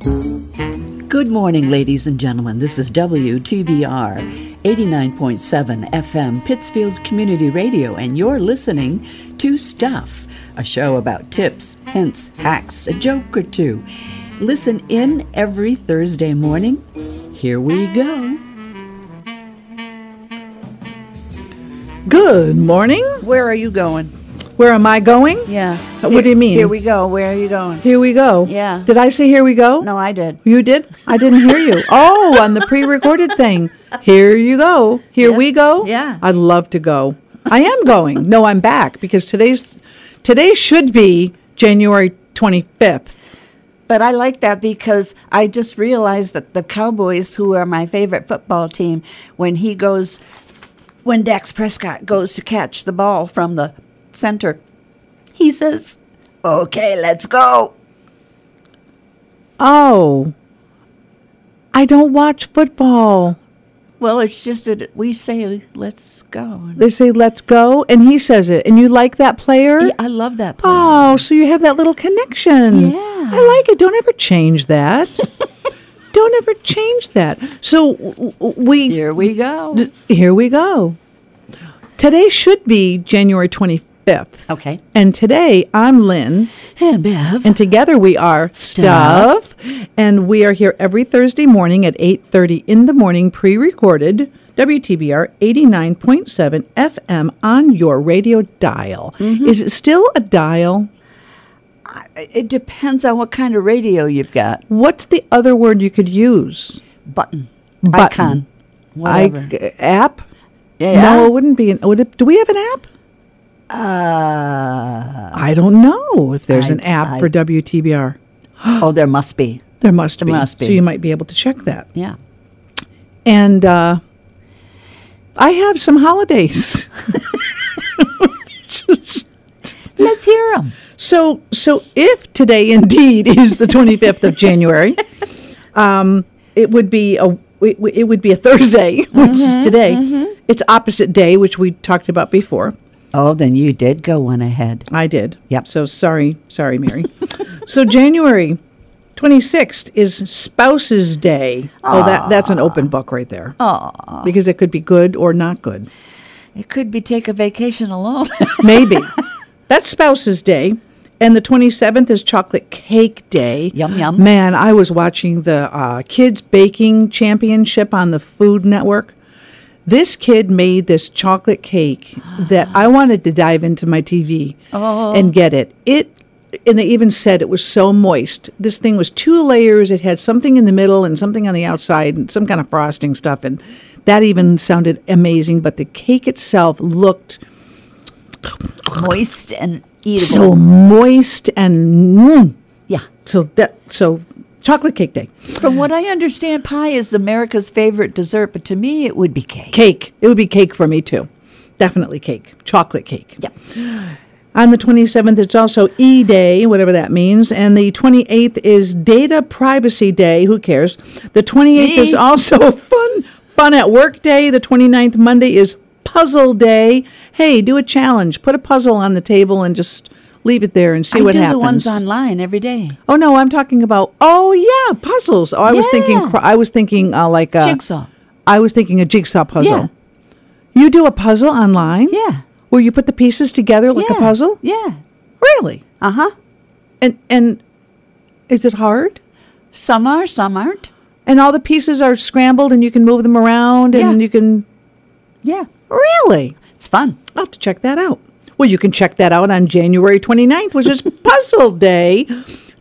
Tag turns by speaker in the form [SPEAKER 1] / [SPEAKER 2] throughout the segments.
[SPEAKER 1] Good morning, ladies and gentlemen. This is WTBR 89.7 FM, Pittsfield's Community Radio, and you're listening to Stuff, a show about tips, hints, hacks, a joke or two. Listen in every Thursday morning. Here we go.
[SPEAKER 2] Good morning.
[SPEAKER 1] Where are you going?
[SPEAKER 2] Where am I going?
[SPEAKER 1] Yeah.
[SPEAKER 2] Uh, what do you mean?
[SPEAKER 1] Here we go. Where are you going?
[SPEAKER 2] Here we go.
[SPEAKER 1] Yeah.
[SPEAKER 2] Did I say here we go?
[SPEAKER 1] No, I did.
[SPEAKER 2] You did? I didn't hear you. Oh, on the pre recorded thing. Here you go. Here
[SPEAKER 1] Yeah.
[SPEAKER 2] we go.
[SPEAKER 1] Yeah.
[SPEAKER 2] I'd love to go. I am going. No, I'm back because today's today should be January 25th.
[SPEAKER 3] But I like that because I just realized that the Cowboys, who are my favorite football team, when he goes, when Dax Prescott goes to catch the ball from the center, he says, Okay, let's go.
[SPEAKER 2] Oh. I don't watch football.
[SPEAKER 3] Well, it's just that we say, Let's go.
[SPEAKER 2] They say let's go and he says it and you like that player?
[SPEAKER 3] Yeah, I love that play.
[SPEAKER 2] Oh, so you have that little connection.
[SPEAKER 3] Yeah.
[SPEAKER 2] I like it. Don't ever change that. Don't ever change that. So w- w- we
[SPEAKER 3] Here we go.
[SPEAKER 2] here we go. Today should be January 25th.
[SPEAKER 3] Okay.
[SPEAKER 2] And today I'm Lynn.
[SPEAKER 3] And Bev.
[SPEAKER 2] And together we are Stuff. And we are here every Thursday morning at 8.30 in the morning, pre-recorded, WTBR 89.7 FM on your radio dial.
[SPEAKER 3] Mm-hmm.
[SPEAKER 2] Is it still a dial?
[SPEAKER 3] It depends on what kind of radio you've got.
[SPEAKER 2] What's the other word you could use?
[SPEAKER 3] Button.
[SPEAKER 2] Button.
[SPEAKER 3] Icon. Whatever.
[SPEAKER 2] I, app?
[SPEAKER 3] yeah.
[SPEAKER 2] No, it wouldn't be. An, would it, do we have an app?
[SPEAKER 3] Uh,
[SPEAKER 2] I don't know if there's
[SPEAKER 3] I-
[SPEAKER 2] an app
[SPEAKER 3] I-
[SPEAKER 2] for WTBR.
[SPEAKER 3] oh, there must be.
[SPEAKER 2] There must be.
[SPEAKER 3] must be.
[SPEAKER 2] So you might be able to check that.
[SPEAKER 3] Yeah.
[SPEAKER 2] And uh, I have some holidays.
[SPEAKER 3] Let's hear them.
[SPEAKER 2] So, so if today indeed is the 25th of January, um, it would be a it, w- it would be a Thursday, which
[SPEAKER 3] Mm-hmm,
[SPEAKER 2] is today. It's opposite day, which we talked about before.
[SPEAKER 3] Oh, then you did go one ahead.
[SPEAKER 2] I did.
[SPEAKER 3] Yep.
[SPEAKER 2] So sorry, sorry, Mary. so January 26th is Spouses Day. Oh, that that's an open book right there. Aww. Because it could be good or not good.
[SPEAKER 3] It could be take a vacation alone.
[SPEAKER 2] Maybe. That's Spouses Day. And the 27th is Chocolate Cake Day.
[SPEAKER 3] Yum, yum.
[SPEAKER 2] Man, I was watching the uh, Kids Baking Championship on the Food Network. This kid made this chocolate cake that I wanted to dive into my TV
[SPEAKER 3] Oh.
[SPEAKER 2] and get it. It and they even said it was so moist. This thing was two layers. It had something in the middle and something on the outside and some kind of frosting stuff and that even sounded amazing, but the cake itself looked
[SPEAKER 3] Moist and eatable.
[SPEAKER 2] so moist and mm.
[SPEAKER 3] yeah.
[SPEAKER 2] so that so chocolate cake day
[SPEAKER 3] From what I understand, pie is America's favorite dessert, but to me, it would be cake.
[SPEAKER 2] cake it would be cake for me too definitely cake chocolate cake
[SPEAKER 3] Yep.
[SPEAKER 2] on the 27th it's also e day whatever that means and the 28th is data privacy day who cares the 28th is
[SPEAKER 3] Me.
[SPEAKER 2] also fun fun at work day the 29th monday is puzzle day hey do a challenge put a puzzle on the table and just leave it there and see
[SPEAKER 3] I
[SPEAKER 2] what
[SPEAKER 3] do
[SPEAKER 2] happens
[SPEAKER 3] the ones online every day.
[SPEAKER 2] Oh no, I'm talking about oh yeah, puzzles. Oh, I was thinking
[SPEAKER 3] Yeah.
[SPEAKER 2] cr- I was thinking uh, like a,
[SPEAKER 3] Jigsaw.
[SPEAKER 2] I was thinking a jigsaw puzzle.
[SPEAKER 3] Yeah.
[SPEAKER 2] You do a puzzle online?
[SPEAKER 3] Yeah.
[SPEAKER 2] Where you put the pieces together like
[SPEAKER 3] yeah.
[SPEAKER 2] a puzzle?
[SPEAKER 3] Yeah.
[SPEAKER 2] Really?
[SPEAKER 3] Uh huh.
[SPEAKER 2] And and is it hard?
[SPEAKER 3] Some are, some aren't.
[SPEAKER 2] And all the pieces are scrambled and you can move them around and
[SPEAKER 3] Yeah.
[SPEAKER 2] you can
[SPEAKER 3] Yeah.
[SPEAKER 2] Really?
[SPEAKER 3] It's fun.
[SPEAKER 2] I'll have to check that out. Well, you can check that out on January 29th, which is Puzzle Day.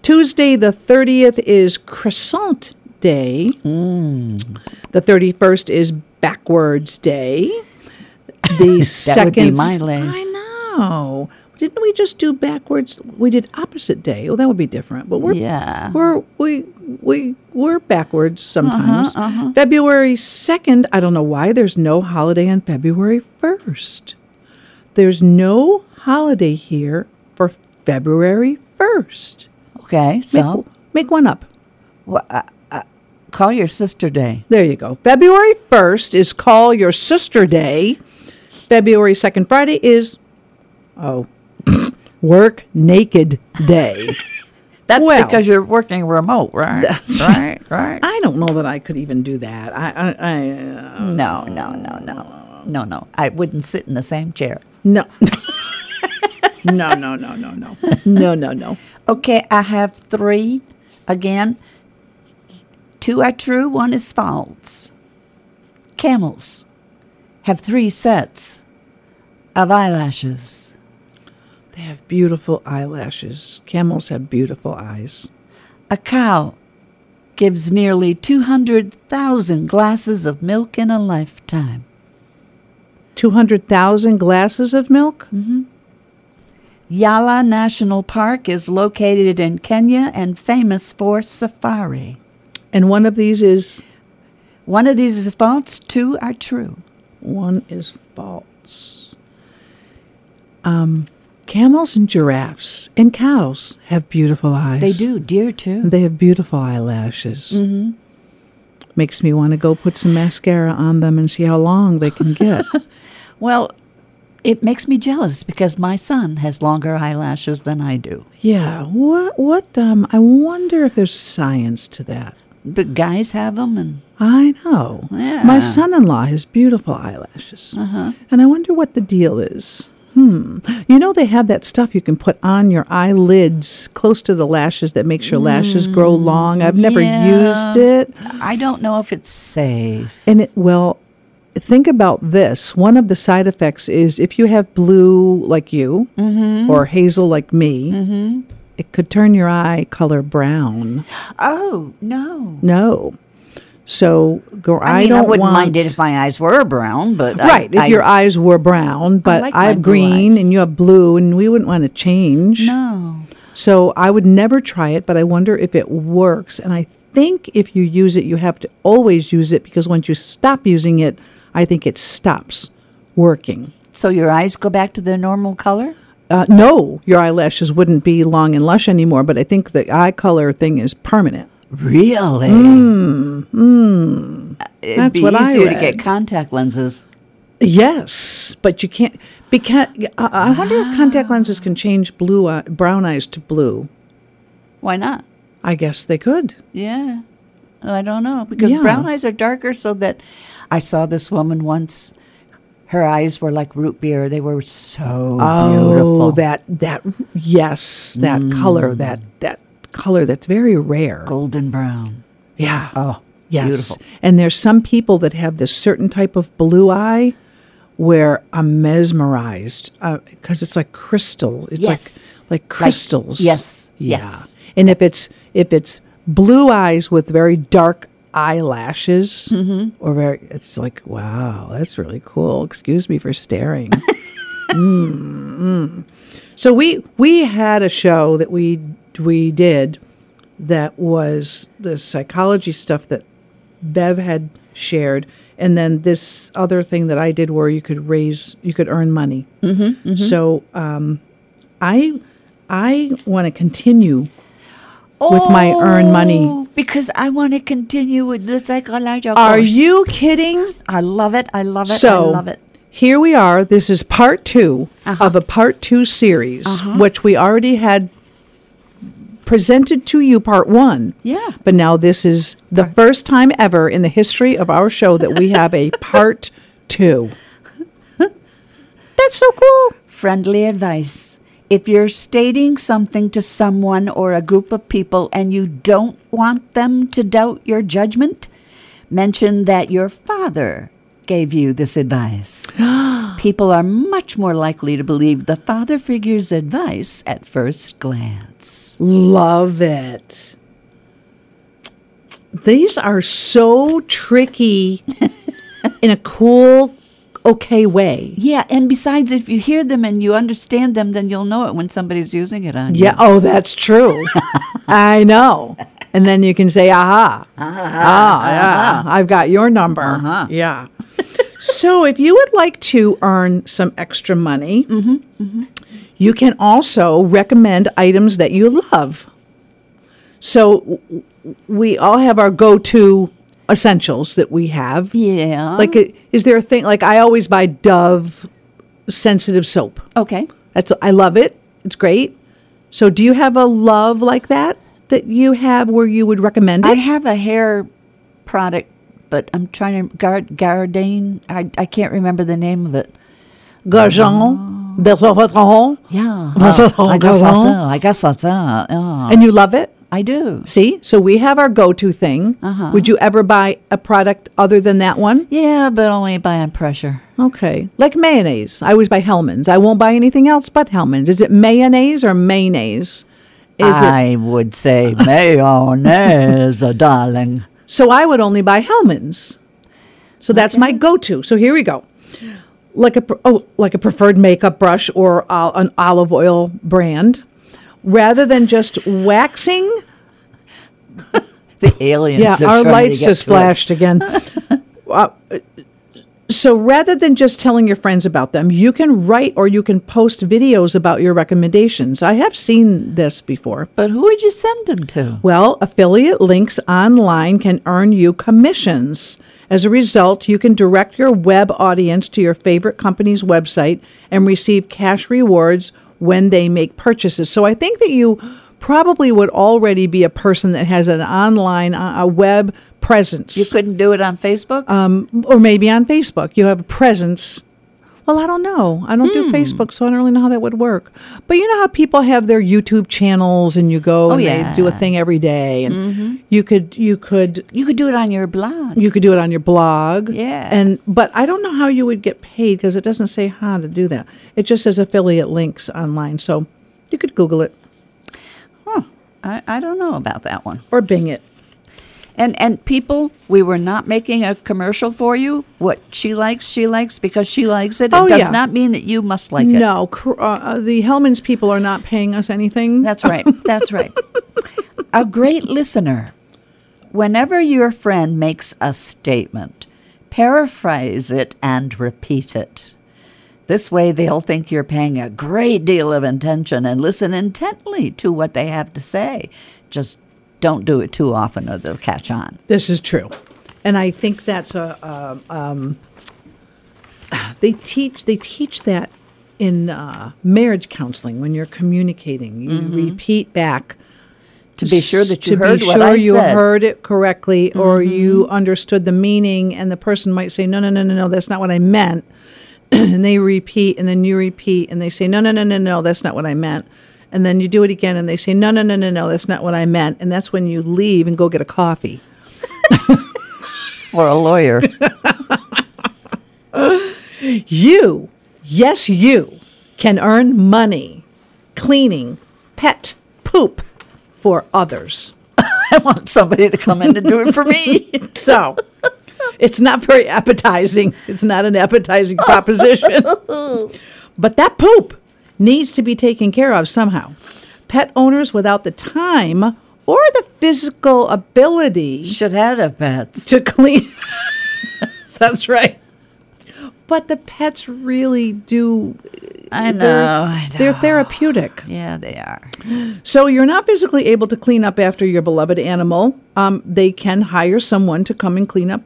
[SPEAKER 2] Tuesday, the 30th, is Croissant Day.
[SPEAKER 3] Mm.
[SPEAKER 2] The 31st is Backwards Day. The
[SPEAKER 3] That would be
[SPEAKER 2] second.
[SPEAKER 3] my leg.
[SPEAKER 2] I know. Didn't we just do backwards? We did opposite day. Well, that would be different. But we're
[SPEAKER 3] Yeah.
[SPEAKER 2] we're we we we're backwards sometimes. February second. I don't know why there's no holiday on February first. There's no holiday here for February first.
[SPEAKER 3] Okay,
[SPEAKER 2] Make,
[SPEAKER 3] so
[SPEAKER 2] make one up.
[SPEAKER 3] wha- uh, uh, call your sister day.
[SPEAKER 2] There you go. February 1st is Call Your Sister Day. February 2nd, Friday is, oh, Work Naked Day.
[SPEAKER 3] That's
[SPEAKER 2] Well-
[SPEAKER 3] because you're working remote, right? That's right, right.
[SPEAKER 2] I don't know that I could even do that. I, I, I uh,
[SPEAKER 3] No, no, no, no, no, no. I wouldn't sit in the same chair.
[SPEAKER 2] no. no, no, no, no, no. No, no, no.
[SPEAKER 3] Okay, I have three. Again, two are true, one is false. Camels have three sets of eyelashes.
[SPEAKER 2] They have beautiful eyelashes. Camels have beautiful eyes.
[SPEAKER 3] A cow gives nearly 200,000 glasses of milk in a lifetime.
[SPEAKER 2] 200,000 glasses of milk?
[SPEAKER 3] Yala National Park is located in Kenya and famous for safari.
[SPEAKER 2] And one of these is,
[SPEAKER 3] One of these is false, two are true.
[SPEAKER 2] one is false. Um, camels and giraffes and cows have beautiful eyes.
[SPEAKER 3] They do, deer too.
[SPEAKER 2] They have beautiful eyelashes. Mm-hmm. Makes me want to go put some mascara on them and see how long they can get.
[SPEAKER 3] Well, it makes me jealous because my son has longer eyelashes than I do.
[SPEAKER 2] yeah. What? What? Um. I wonder if there's science to that.
[SPEAKER 3] But guys have them, and
[SPEAKER 2] I know.
[SPEAKER 3] Yeah. Uh-huh.
[SPEAKER 2] My son-in-law has beautiful eyelashes, and I wonder what the deal is. Hmm. You know they have that stuff you can put on your eyelids close to the lashes that makes your lashes grow long. I've never
[SPEAKER 3] Mm, Yeah.
[SPEAKER 2] used it,
[SPEAKER 3] I don't know if it's safe.
[SPEAKER 2] and it well. Think about this. One of the side effects is if you have blue like you
[SPEAKER 3] Mm-hmm.
[SPEAKER 2] or hazel like me, it could turn your eye color brown.
[SPEAKER 3] Oh no!
[SPEAKER 2] No. So, go,
[SPEAKER 3] I,
[SPEAKER 2] I,
[SPEAKER 3] mean,
[SPEAKER 2] don't
[SPEAKER 3] I wouldn't
[SPEAKER 2] want,
[SPEAKER 3] mind it if my eyes were brown, but I-
[SPEAKER 2] Right, if
[SPEAKER 3] I-
[SPEAKER 2] your eyes were brown, but I,
[SPEAKER 3] like my
[SPEAKER 2] have
[SPEAKER 3] blue
[SPEAKER 2] green
[SPEAKER 3] eyes.
[SPEAKER 2] and you have blue, and we wouldn't want to change.
[SPEAKER 3] no,
[SPEAKER 2] So I would never try it, but I wonder if it works. And I think if you use it, you have to always use it because once you stop using it, I think it stops working.
[SPEAKER 3] so your eyes go back to their normal color.
[SPEAKER 2] Uh, no, your eyelashes wouldn't be long and lush anymore, but I think the eye color thing is permanent.
[SPEAKER 3] Really? Hmm, It'd
[SPEAKER 2] That's
[SPEAKER 3] be
[SPEAKER 2] what I
[SPEAKER 3] easier to
[SPEAKER 2] read.
[SPEAKER 3] get contact lenses.
[SPEAKER 2] Yes, but you can't because I I wonder if contact lenses can change blue eye, brown eyes to blue.
[SPEAKER 3] Why not?
[SPEAKER 2] I guess they could.
[SPEAKER 3] Yeah. I don't know because
[SPEAKER 2] Yeah.
[SPEAKER 3] brown eyes are darker so that I saw this woman once her eyes were like root beer. They were so beautiful. Mm.
[SPEAKER 2] Oh, that that yes, that color, that that color that's very rare.
[SPEAKER 3] golden brown.
[SPEAKER 2] Yeah.
[SPEAKER 3] Oh,
[SPEAKER 2] yes.
[SPEAKER 3] beautiful.
[SPEAKER 2] And there's some people that have this certain type of blue eye where I'm mesmerized because it's like crystal. It's
[SPEAKER 3] Yes.
[SPEAKER 2] like like crystals.
[SPEAKER 3] yes,
[SPEAKER 2] Yeah.
[SPEAKER 3] yes.
[SPEAKER 2] And if it's if it's blue eyes with very dark eyelashes or very it's like wow that's really cool excuse me for staring Mm, mm. so we we had a show that we we did that was the psychology stuff that Bev had shared, and then this other thing that I did where you could raise, you could earn money. Mm-hmm, So um, I I want to continue with my earn money.
[SPEAKER 3] Oh, because I want to continue with the psychological.
[SPEAKER 2] Are you kidding?
[SPEAKER 3] I love it. I love it.
[SPEAKER 2] so
[SPEAKER 3] I love it.
[SPEAKER 2] here we are. This is part 2 of a part two series, which we already had presented to you part one.
[SPEAKER 3] Yeah.
[SPEAKER 2] But now this is the first time ever in the history of our show that we have a part two. That's so cool.
[SPEAKER 3] Friendly advice. If you're stating something to someone or a group of people and you don't want them to doubt your judgment, mention that your father gave you this advice. people are much more likely to believe the father figure's advice at first glance.
[SPEAKER 2] Love it. These are so tricky in a cool okay way.
[SPEAKER 3] Yeah, and besides, if you hear them and you understand them, then you'll know it when somebody's using it on
[SPEAKER 2] Yeah. Oh, that's true. I know. And then you can say, aha. ah, yeah. I've got your number. Yeah. so if you would like to earn some extra money, you can also recommend items that you love. So w- w- we all have our go to essentials that we have.
[SPEAKER 3] you. Yeah.
[SPEAKER 2] Like, i- is there a thing, like, I always buy Dove sensitive soap.
[SPEAKER 3] okay.
[SPEAKER 2] That's I love it. It's great. So do you have a love like that that you have where you would recommend
[SPEAKER 3] I
[SPEAKER 2] it?
[SPEAKER 3] have a hair product, but I'm trying to guard Gardain. I I can't remember the name of it.
[SPEAKER 2] Gazon, de Sauveron,
[SPEAKER 3] Yeah.
[SPEAKER 2] Was
[SPEAKER 3] uh,
[SPEAKER 2] it all
[SPEAKER 3] I guess
[SPEAKER 2] Gardain?
[SPEAKER 3] that's uh, I guess that's uh, uh,
[SPEAKER 2] and you love it.
[SPEAKER 3] I do.
[SPEAKER 2] See, so we have our go-to thing.
[SPEAKER 3] Uh-huh.
[SPEAKER 2] Would you ever buy a product other than that one?
[SPEAKER 3] Yeah, but only by on pressure.
[SPEAKER 2] Okay, like mayonnaise. I always buy Hellman's. I won't buy anything else but Hellman's. Is it mayonnaise or mayonnaise? Is it?
[SPEAKER 3] I would say mayonnaise, uh, darling.
[SPEAKER 2] So I would only buy Hellman's. So that's my go-to. So here we go. Like a pr- oh, like a preferred makeup brush or uh, an olive oil brand, rather than just waxing.
[SPEAKER 3] The aliens.
[SPEAKER 2] yeah,
[SPEAKER 3] are
[SPEAKER 2] our
[SPEAKER 3] trying to
[SPEAKER 2] lights
[SPEAKER 3] get
[SPEAKER 2] just
[SPEAKER 3] to us.
[SPEAKER 2] flashed again. Uh, so rather than just telling your friends about them, you can write or you can post videos about your recommendations. I have seen this before.
[SPEAKER 3] But who would you send them to?
[SPEAKER 2] Well, affiliate links online can earn you commissions. As a result, you can direct your web audience to your favorite company's website and receive cash rewards when they make purchases. So I think that you probably would already be a person that has an online uh, a web presence
[SPEAKER 3] You couldn't do it on Facebook.
[SPEAKER 2] Uh, Um, or maybe on Facebook. You have a presence. Well, I don't know. I don't do
[SPEAKER 3] Hmm.
[SPEAKER 2] Facebook, so I don't really know how that would work. But you know how people have their YouTube channels, and you go and
[SPEAKER 3] Oh, yeah. Mm-hmm.
[SPEAKER 2] they do a thing every day, and you could you could
[SPEAKER 3] you could do it on your blog.
[SPEAKER 2] you could do it on your blog.
[SPEAKER 3] Yeah.
[SPEAKER 2] And but I don't know how you would get paid because it doesn't say how to do that. It just says affiliate links online, so you could Google it
[SPEAKER 3] Huh. I, I don't know about that one.
[SPEAKER 2] or Bing it.
[SPEAKER 3] And and people, we were not making a commercial for you. What she likes, she likes because she likes it. It
[SPEAKER 2] Oh,
[SPEAKER 3] does
[SPEAKER 2] yeah.
[SPEAKER 3] not mean that you must like it.
[SPEAKER 2] No, cr- uh, uh, the Hellman's people are not paying us anything.
[SPEAKER 3] That's right. That's right. a great listener. Whenever your friend makes a statement, paraphrase it and repeat it. This way, they'll think you're paying a great deal of attention and listen intently to what they have to say. Just don't do it too often or they'll catch on.
[SPEAKER 2] This is true, and I think that's a um, um, they teach they teach that in uh, marriage counseling when you're communicating, you repeat back
[SPEAKER 3] Mm-hmm. To be sure that you
[SPEAKER 2] to
[SPEAKER 3] heard
[SPEAKER 2] be
[SPEAKER 3] what
[SPEAKER 2] sure
[SPEAKER 3] I
[SPEAKER 2] you
[SPEAKER 3] said. Mm-hmm.
[SPEAKER 2] heard it correctly or you understood the meaning, and the person might say no no no no no that's not what I meant, and they repeat and then you repeat and they say no no no no no that's not what I meant. And then you do it again, and they say, No, no, no, no, no, that's not what I meant. And that's when you leave and go get a coffee.
[SPEAKER 3] Or a lawyer.
[SPEAKER 2] You, yes, you can earn money cleaning pet poop for others.
[SPEAKER 3] I want somebody to come in and do it for me.
[SPEAKER 2] So it's not very appetizing. It's not an appetizing proposition. but that poop needs to be taken care of somehow. Pet owners without the time or the physical ability
[SPEAKER 3] Should have a pets.
[SPEAKER 2] to clean. That's right. But the pets really do.
[SPEAKER 3] I
[SPEAKER 2] they're-
[SPEAKER 3] know, I
[SPEAKER 2] They're
[SPEAKER 3] know.
[SPEAKER 2] therapeutic.
[SPEAKER 3] Yeah, they are.
[SPEAKER 2] So you're not physically able to clean up after your beloved animal. Um, they can hire someone to come and clean up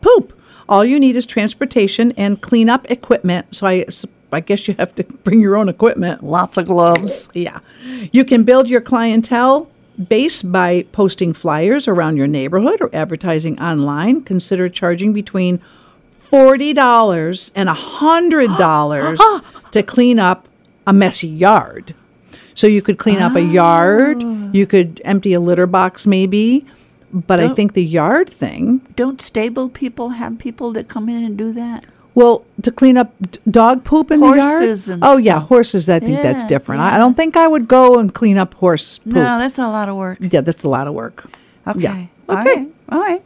[SPEAKER 2] poop. All you need is transportation and cleanup equipment. So I, s- I guess you have to bring your own equipment.
[SPEAKER 3] Lots of gloves.
[SPEAKER 2] Yeah. You can build your clientele base by posting flyers around your neighborhood or advertising online. Consider charging between $40 and $100 to clean up a messy yard. So you could clean up a yard,
[SPEAKER 3] Oh.
[SPEAKER 2] you could empty a litter box maybe, but I think the yard thing
[SPEAKER 3] Don't stable people have people that come in and do that?
[SPEAKER 2] Well, to clean up d- dog poop in
[SPEAKER 3] Horses
[SPEAKER 2] the yard.
[SPEAKER 3] and
[SPEAKER 2] oh yeah, horses. I think that's
[SPEAKER 3] Yeah,
[SPEAKER 2] different. I, I
[SPEAKER 3] yeah.
[SPEAKER 2] don't think I would go and clean up horse poop.
[SPEAKER 3] No, that's a lot of work.
[SPEAKER 2] Yeah, that's a lot of work.
[SPEAKER 3] Okay.
[SPEAKER 2] Yeah.
[SPEAKER 3] All right. All right.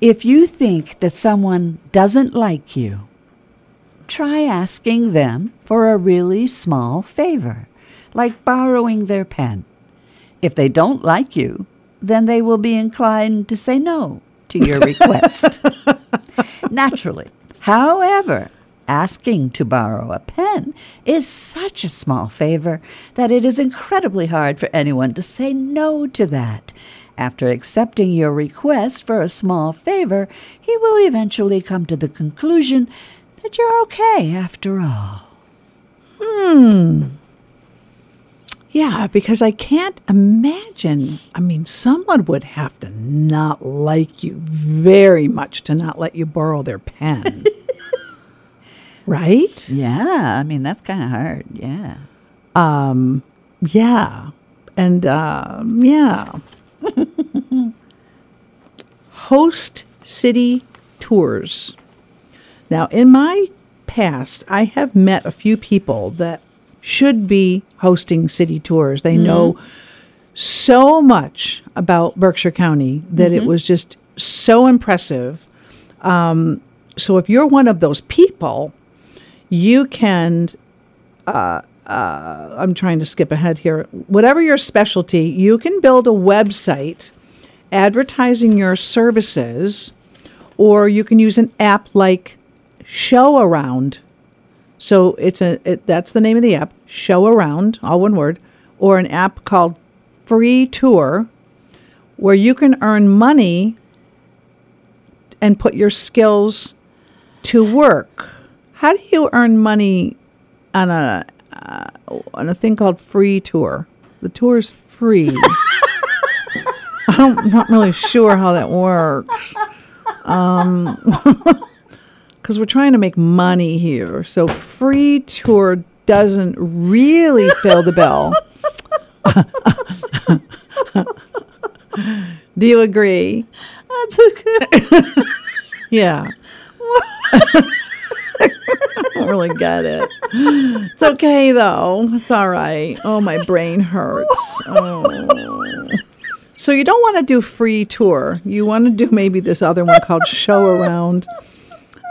[SPEAKER 3] If you think that someone doesn't like you, try asking them for a really small favor, like borrowing their pen. If they don't like you, then they will be inclined to say no to your request. Naturally. However, asking to borrow a pen is such a small favor that it is incredibly hard for anyone to say no to that. After accepting your request for a small favor, he will eventually come to the conclusion that you're okay after all.
[SPEAKER 2] Yeah, because I can't imagine. I mean, someone would have to not like you very much to not let you borrow their pen. right?
[SPEAKER 3] Yeah, I mean, that's kind of hard. Yeah.
[SPEAKER 2] Yeah. And um, yeah. Host city tours. Now, in my past, I have met a few people that should be hosting city tours. They know so much about Berkshire County that it was just so impressive. Um, so, if you're one of those people, you can. Uh, uh, I'm trying to skip ahead here. Whatever your specialty, you can build a website advertising your services, or you can use an app like Show Around so it's a it, that's the name of the app, Show Around, all one word, or an app called Free Tour, where you can earn money and put your skills to work. How do you earn money on a uh, on a thing called Free Tour? The tour is free. I'm not really sure how that works because we're trying to make money here. So free tour doesn't really fill the bill. Do you agree?
[SPEAKER 3] That's a good.
[SPEAKER 2] Yeah. I don't really get it. It's okay though. It's all right. Oh, my brain hurts. Oh. So you don't want to do free tour. You want to do maybe this other one called show around.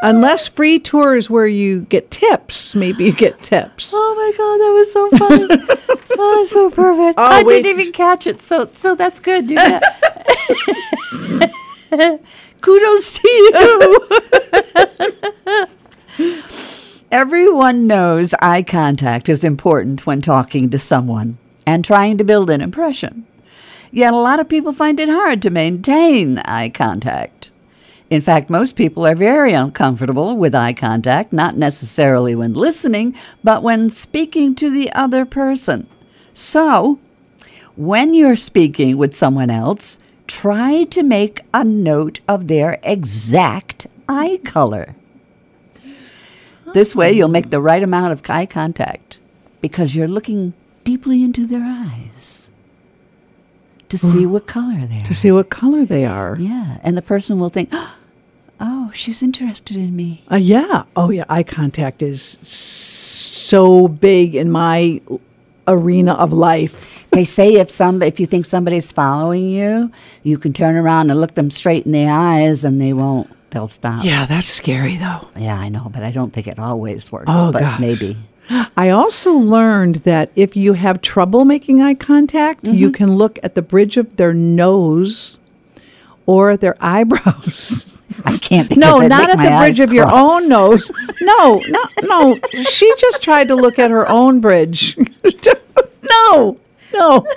[SPEAKER 2] Unless free tour is where you get tips, maybe you get tips.
[SPEAKER 3] Oh my god, that was so funny. oh, that's so perfect.
[SPEAKER 2] Oh,
[SPEAKER 3] I
[SPEAKER 2] wait.
[SPEAKER 3] didn't even catch it. So so that's good. You got- Kudos to you. Everyone knows eye contact is important when talking to someone and trying to build an impression. Yet a lot of people find it hard to maintain eye contact. In fact, most people are very uncomfortable with eye contact, not necessarily when listening, but when speaking to the other person. So, when you're speaking with someone else, try to make a note of their exact eye color. This way, you'll make the right amount of eye contact because you're looking deeply into their eyes to see what color they are.
[SPEAKER 2] To see what color they are.
[SPEAKER 3] Yeah, and the person will think, "Oh, she's interested in me."
[SPEAKER 2] Uh, yeah. Oh, yeah. Eye contact is so big in my arena of life.
[SPEAKER 3] they say if some if you think somebody's following you, you can turn around and look them straight in the eyes, and they won't. They'll stop.
[SPEAKER 2] Yeah, that's scary, though.
[SPEAKER 3] Yeah, I know, but I don't think it always works.
[SPEAKER 2] Oh,
[SPEAKER 3] but
[SPEAKER 2] gosh.
[SPEAKER 3] maybe.
[SPEAKER 2] I also learned that if you have trouble making eye contact,
[SPEAKER 3] Mm-hmm.
[SPEAKER 2] you can look at the bridge of their nose or their eyebrows.
[SPEAKER 3] I can't because
[SPEAKER 2] No,
[SPEAKER 3] I'd
[SPEAKER 2] not
[SPEAKER 3] make
[SPEAKER 2] at
[SPEAKER 3] my
[SPEAKER 2] the
[SPEAKER 3] eyes
[SPEAKER 2] bridge of your
[SPEAKER 3] cross.
[SPEAKER 2] own nose. No, no, no. She just tried to look at her own bridge. no, no.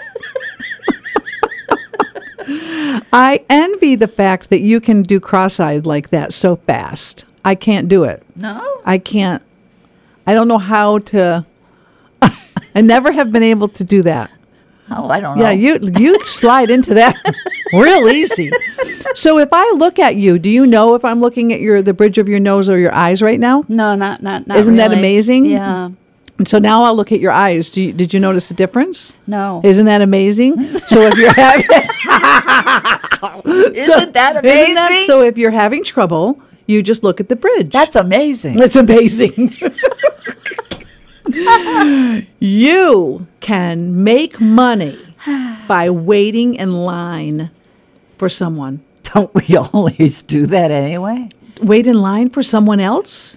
[SPEAKER 2] I envy the fact that you can do cross eyed like that so fast. I can't do it.
[SPEAKER 3] No.
[SPEAKER 2] I can't. I don't know how to. I never have been able to do that.
[SPEAKER 3] Oh, I don't know.
[SPEAKER 2] Yeah, you you slide into that real easy. So if I look at you, do you know if I'm looking at your the bridge of your nose or your eyes right now?
[SPEAKER 3] No, not not not.
[SPEAKER 2] Isn't that
[SPEAKER 3] really.
[SPEAKER 2] amazing?
[SPEAKER 3] Yeah.
[SPEAKER 2] And so now I'll look at your eyes. Do you, did you notice a difference?
[SPEAKER 3] No.
[SPEAKER 2] Isn't that amazing? So if you're having
[SPEAKER 3] Isn't that amazing?
[SPEAKER 2] isn't that- so if you're having trouble, you just look at the bridge.
[SPEAKER 3] That's amazing.
[SPEAKER 2] That's amazing. you can make money by waiting in line for someone.
[SPEAKER 3] Don't we always do that anyway?
[SPEAKER 2] Wait in line for someone else?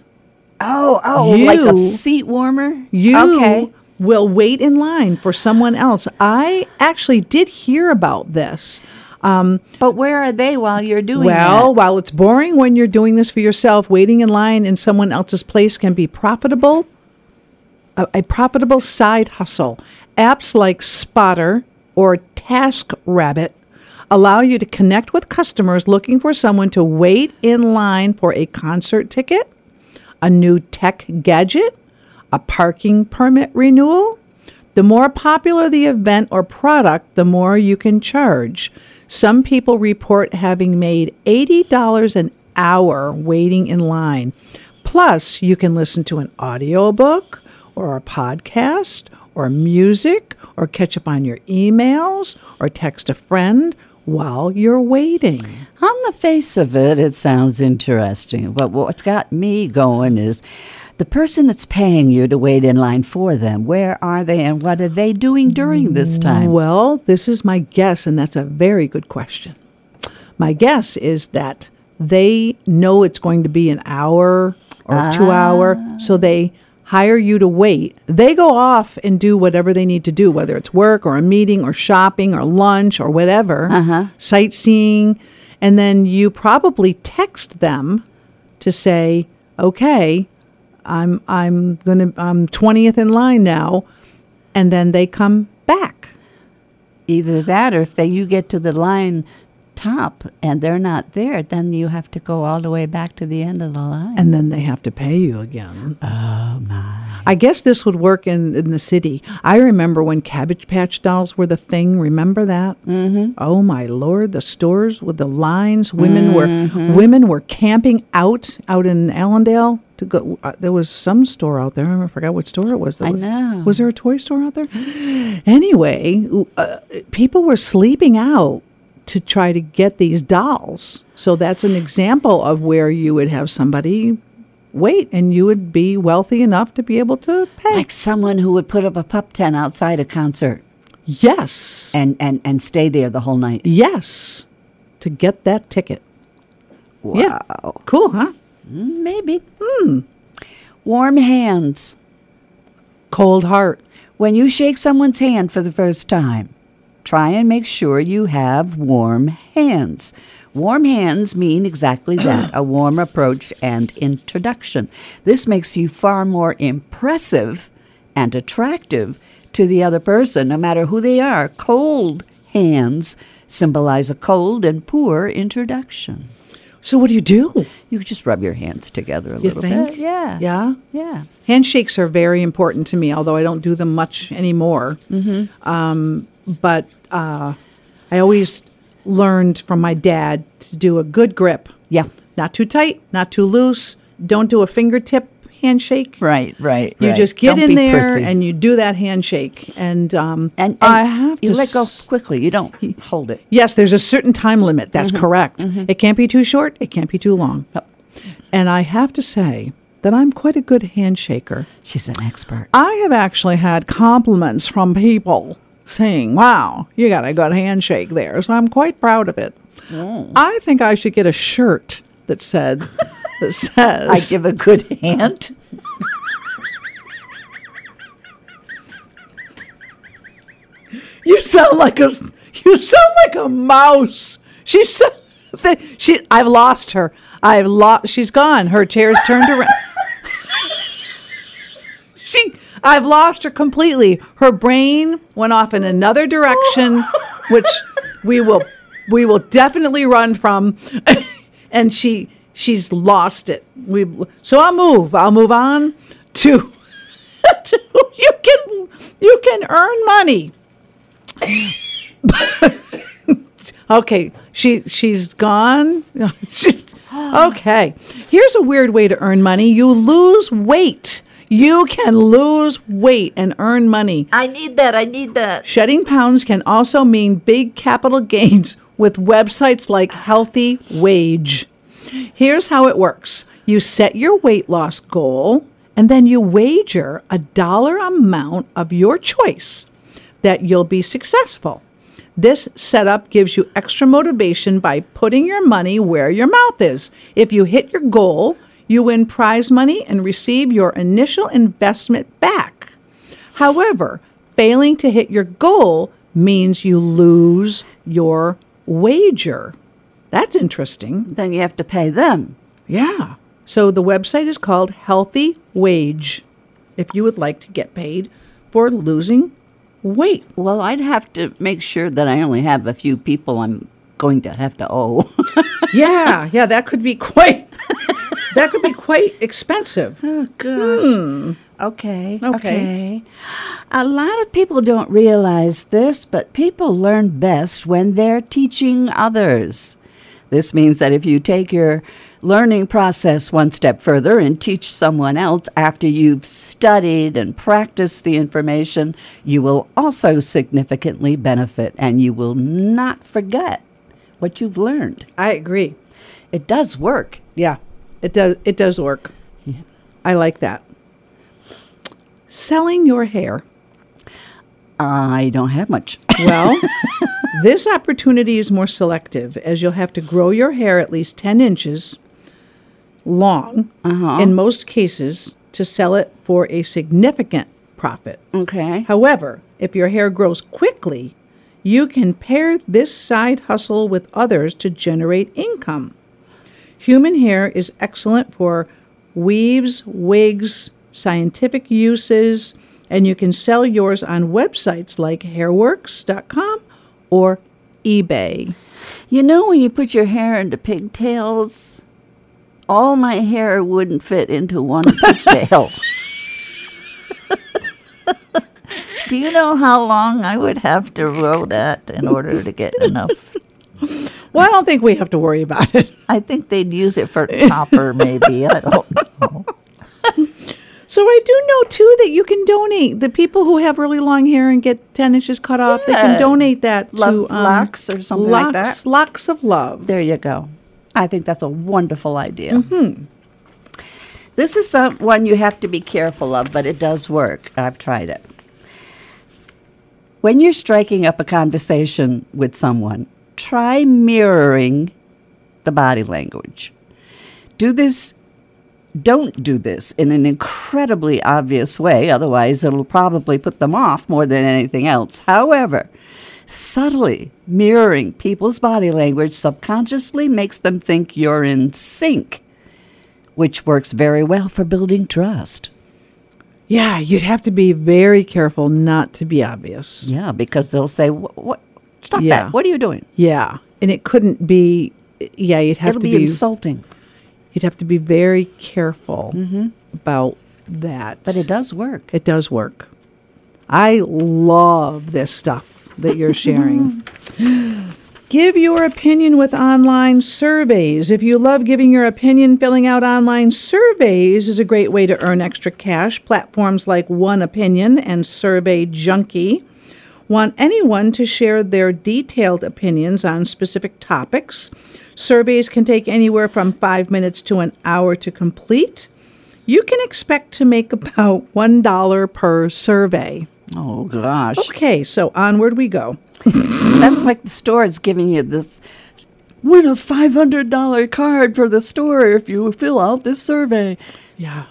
[SPEAKER 3] Oh, oh, like a
[SPEAKER 2] You-
[SPEAKER 3] seat warmer.
[SPEAKER 2] You
[SPEAKER 3] okay?
[SPEAKER 2] will wait in line for someone else. I actually did hear about this.
[SPEAKER 3] But where are they while you're doing
[SPEAKER 2] well,
[SPEAKER 3] that?
[SPEAKER 2] while it's boring when you're doing this for yourself, waiting in line in someone else's place can be profitable, a, a profitable side hustle. Apps like Spotter or TaskRabbit allow you to connect with customers looking for someone to wait in line for a concert ticket, a new tech gadget, a parking permit renewal. The more popular the event or product, the more you can charge. Some people report having made $80 an hour waiting in line. Plus, you can listen to an audiobook or a podcast or music or catch up on your emails or text a friend while you're waiting.
[SPEAKER 3] On the face of it, it sounds interesting. But what's got me going is the person that's paying you to wait in line for them. Where are they, and what are they doing during this time?
[SPEAKER 2] Well, this is my guess, and that's a very good question. My guess is that they know it's going to be an hour or two hour, so they hire you to wait. They go off and do whatever they need to do, whether it's work or a meeting or shopping or lunch or whatever, sightseeing. And then you probably text them to say, okay, I'm, I'm going to, I'm 20th in line now. And then they come back.
[SPEAKER 3] Either that, or if they, you get to the line top and they're not there, then you have to go all the way back to the end of the line.
[SPEAKER 2] and then they have to pay you again. Oh my! I guess this would work in in the city. I remember when Cabbage Patch dolls were the thing. Remember that? Mm-hmm. Oh my lord! The stores with the lines. Women were women were camping out out in Allendale. To go, uh, there was some store out there. I forgot what store it was. that
[SPEAKER 3] I
[SPEAKER 2] was-
[SPEAKER 3] know.
[SPEAKER 2] Was there a toy store out there? Anyway, uh, people were sleeping out to try to get these dolls. So that's an example of where you would have somebody wait and you would be wealthy enough to be able to pay.
[SPEAKER 3] like someone who would put up a pup tent outside a concert
[SPEAKER 2] yes.
[SPEAKER 3] and, and, and stay there the whole night.
[SPEAKER 2] Yes. To get that ticket. Yeah. Cool, huh?
[SPEAKER 3] Maybe. Hmm. Warm hands.
[SPEAKER 2] Cold heart.
[SPEAKER 3] When you shake someone's hand for the first time, try and make sure you have warm hands. Warm hands mean exactly that a warm approach and introduction. This makes you far more impressive and attractive to the other person, no matter who they are. Cold hands symbolize a cold and poor introduction.
[SPEAKER 2] So what do you do?
[SPEAKER 3] You just rub your hands together a
[SPEAKER 2] You
[SPEAKER 3] little
[SPEAKER 2] think?
[SPEAKER 3] bit. Yeah.
[SPEAKER 2] Yeah.
[SPEAKER 3] Yeah.
[SPEAKER 2] Handshakes are very important to me, although I don't do them much anymore. Mm-hmm. Um, but uh, I always learned from my dad to do a good grip.
[SPEAKER 3] Yeah.
[SPEAKER 2] Not too tight, not too loose. Don't do a fingertip handshake.
[SPEAKER 3] Right, right.
[SPEAKER 2] You
[SPEAKER 3] right.
[SPEAKER 2] just get
[SPEAKER 3] Don't
[SPEAKER 2] in
[SPEAKER 3] be
[SPEAKER 2] there
[SPEAKER 3] prissy.
[SPEAKER 2] and you do that handshake. And, um,
[SPEAKER 3] and, and
[SPEAKER 2] I have
[SPEAKER 3] you
[SPEAKER 2] to
[SPEAKER 3] let go
[SPEAKER 2] s-
[SPEAKER 3] quickly. You don't hold it.
[SPEAKER 2] Yes, there's a certain time limit. That's
[SPEAKER 3] Mm-hmm.
[SPEAKER 2] correct. It can't be too short. It can't be too long.
[SPEAKER 3] Nope.
[SPEAKER 2] And I have to say that I'm quite a good handshaker.
[SPEAKER 3] She's an expert.
[SPEAKER 2] I have actually had compliments from people saying, wow, you got a good handshake there. So I'm quite proud of it.
[SPEAKER 3] Mm.
[SPEAKER 2] I think I should get a shirt that said, that says,
[SPEAKER 3] I give a good hand.
[SPEAKER 2] you sound like a, you sound like a mouse. She said, that she, I've lost her. I've lost, she's gone. Her chair's turned around. she, I've lost her completely. Her brain went off in another direction, which we will we will definitely run from. and she she's lost it. We so I'll move. I'll move on to, to you can you can earn money. okay, she she's gone. She's- okay, here's a weird way to earn money. You lose weight. You can lose weight and earn money.
[SPEAKER 3] I need that. I need that.
[SPEAKER 2] Shedding pounds can also mean big capital gains with websites like Healthy Wage. Here's how it works you set your weight loss goal, and then you wager a dollar amount of your choice that you'll be successful. This setup gives you extra motivation by putting your money where your mouth is. If you hit your goal, You win prize money and receive your initial investment back. However, failing to hit your goal means you lose your wager. That's interesting.
[SPEAKER 3] Then you have to pay them.
[SPEAKER 2] Yeah. So the website is called Healthy Wage. If you would like to get paid for losing weight,
[SPEAKER 3] Well, I'd have to make sure that I only have a few people I'm going to have to owe.
[SPEAKER 2] yeah, yeah, that could be quite that could be quite expensive.
[SPEAKER 3] Oh, gosh. Okay, okay.
[SPEAKER 2] Okay.
[SPEAKER 3] A lot of people don't realize this, but people learn best when they're teaching others. This means that if you take your learning process one step further and teach someone else after you've studied and practiced the information, you will also significantly benefit and you will not forget what you've learned.
[SPEAKER 2] I agree.
[SPEAKER 3] It does work.
[SPEAKER 2] Yeah, it does. It does work. I like that. Selling your hair.
[SPEAKER 3] I don't have much.
[SPEAKER 2] Well, this opportunity is more selective as you'll have to grow your hair at least 10 inches long in most cases to sell it for a significant profit.
[SPEAKER 3] Okay.
[SPEAKER 2] However, if your hair grows quickly, you can pair this side hustle with others to generate income. Human hair is excellent for weaves, wigs, scientific uses, and you can sell yours on websites like hairworks.com or eBay.
[SPEAKER 3] You know, when you put your hair into pigtails, all my hair wouldn't fit into one pigtail. Do you know how long I would have to row that in order to get enough?
[SPEAKER 2] Well, I don't think we have to worry about it.
[SPEAKER 3] I think they'd use it for copper, maybe. I don't know.
[SPEAKER 2] So I do know too that you can donate the people who have really long hair and get ten inches cut off. They
[SPEAKER 3] Yeah.
[SPEAKER 2] can donate that
[SPEAKER 3] Love
[SPEAKER 2] to um,
[SPEAKER 3] locks or something like that.
[SPEAKER 2] locks- Locks of love.
[SPEAKER 3] There you go. I think that's a wonderful idea. This is some, one you have to be careful of, but it does work. I've tried it. When you're striking up a conversation with someone, try mirroring the body language. Do this don't do this in an incredibly obvious way, otherwise, it'll probably put them off more than anything else. However, subtly mirroring people's body language subconsciously makes them think you're in sync, which works very well for building trust.
[SPEAKER 2] Yeah, you'd have to be very careful not to be obvious.
[SPEAKER 3] Yeah, because they'll say, "What? what stop
[SPEAKER 2] Yeah.
[SPEAKER 3] that! What are you doing?"
[SPEAKER 2] Yeah, and it couldn't be. Yeah, you'd have
[SPEAKER 3] It'll
[SPEAKER 2] to
[SPEAKER 3] be,
[SPEAKER 2] be.
[SPEAKER 3] insulting,
[SPEAKER 2] you'd have to be very careful about that.
[SPEAKER 3] Mm-hmm. but it does work.
[SPEAKER 2] It does work. I love this stuff that you're sharing. Give your opinion with online surveys. If you love giving your opinion, filling out online surveys is a great way to earn extra cash. Platforms like One Opinion and Survey Junkie want anyone to share their detailed opinions on specific topics. Surveys can take anywhere from five minutes to an hour to complete. You can expect to make about $1 per survey.
[SPEAKER 3] Oh gosh,
[SPEAKER 2] Okay, so onward we go.
[SPEAKER 3] that's like the store is giving you this. Win a five hundred dollar card for the store if you fill out this survey.
[SPEAKER 2] Yeah.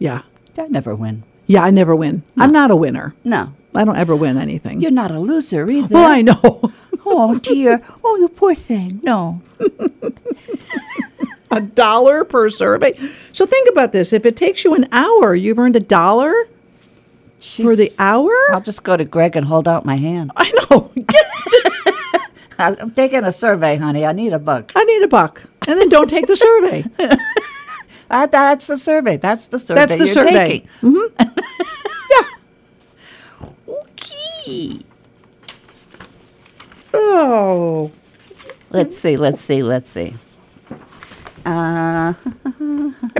[SPEAKER 2] Yeah.
[SPEAKER 3] I never win.
[SPEAKER 2] Yeah, I never win. I'm not a winner.
[SPEAKER 3] No,
[SPEAKER 2] I don't ever win anything.
[SPEAKER 3] you're not a loser either.
[SPEAKER 2] well, I know.
[SPEAKER 3] oh dear. Oh, you poor thing. No.
[SPEAKER 2] a dollar per survey. So think about this. If it takes you an hour, you've earned a dollar for the
[SPEAKER 3] She's-
[SPEAKER 2] hour?
[SPEAKER 3] I'll just go to Greg and hold out my hand.
[SPEAKER 2] I know.
[SPEAKER 3] I'm taking a survey, honey. I need a book.
[SPEAKER 2] I need a buck. And then don't take the survey.
[SPEAKER 3] Uh, that's the survey. That's the survey.
[SPEAKER 2] That's the
[SPEAKER 3] you're
[SPEAKER 2] survey. Mm-hmm.
[SPEAKER 3] Taking. yeah. Okay.
[SPEAKER 2] Oh.
[SPEAKER 3] Let's see. Let's see. Let's see.
[SPEAKER 2] I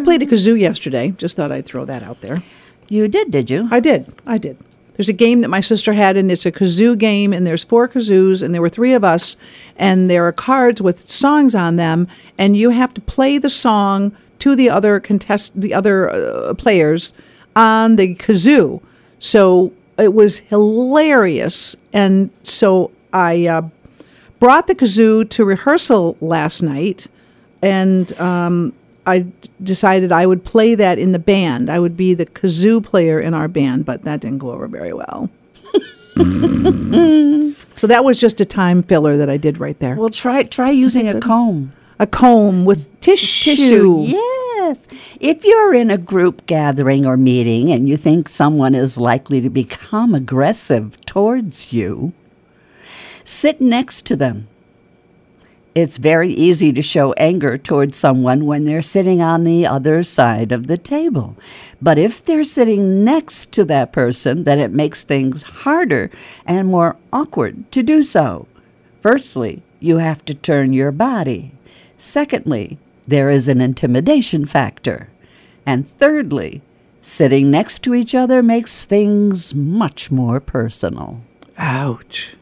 [SPEAKER 2] played a kazoo yesterday. Just thought I'd throw that out there.
[SPEAKER 3] You did, did you?
[SPEAKER 2] I did. I did. There's a game that my sister had, and it's a kazoo game, and there's four kazoos, and there were three of us, and there are cards with songs on them, and you have to play the song to the other contest, the other uh, players on the kazoo. So it was hilarious, and so I uh, brought the kazoo to rehearsal last night, and um, I d- decided I would play that in the band. I would be the kazoo player in our band, but that didn't go over very well.
[SPEAKER 3] Mm.
[SPEAKER 2] so that was just a time filler that I did right there.
[SPEAKER 3] Well, try try using a comb.
[SPEAKER 2] A comb with tissue.
[SPEAKER 3] Yes. If you're in a group gathering or meeting and you think someone is likely to become aggressive towards you, sit next to them. It's very easy to show anger towards someone when they're sitting on the other side of the table. But if they're sitting next to that person, then it makes things harder and more awkward to do so. Firstly, you have to turn your body. Secondly, there is an intimidation factor. And thirdly, sitting next to each other makes things much more personal.
[SPEAKER 2] Ouch.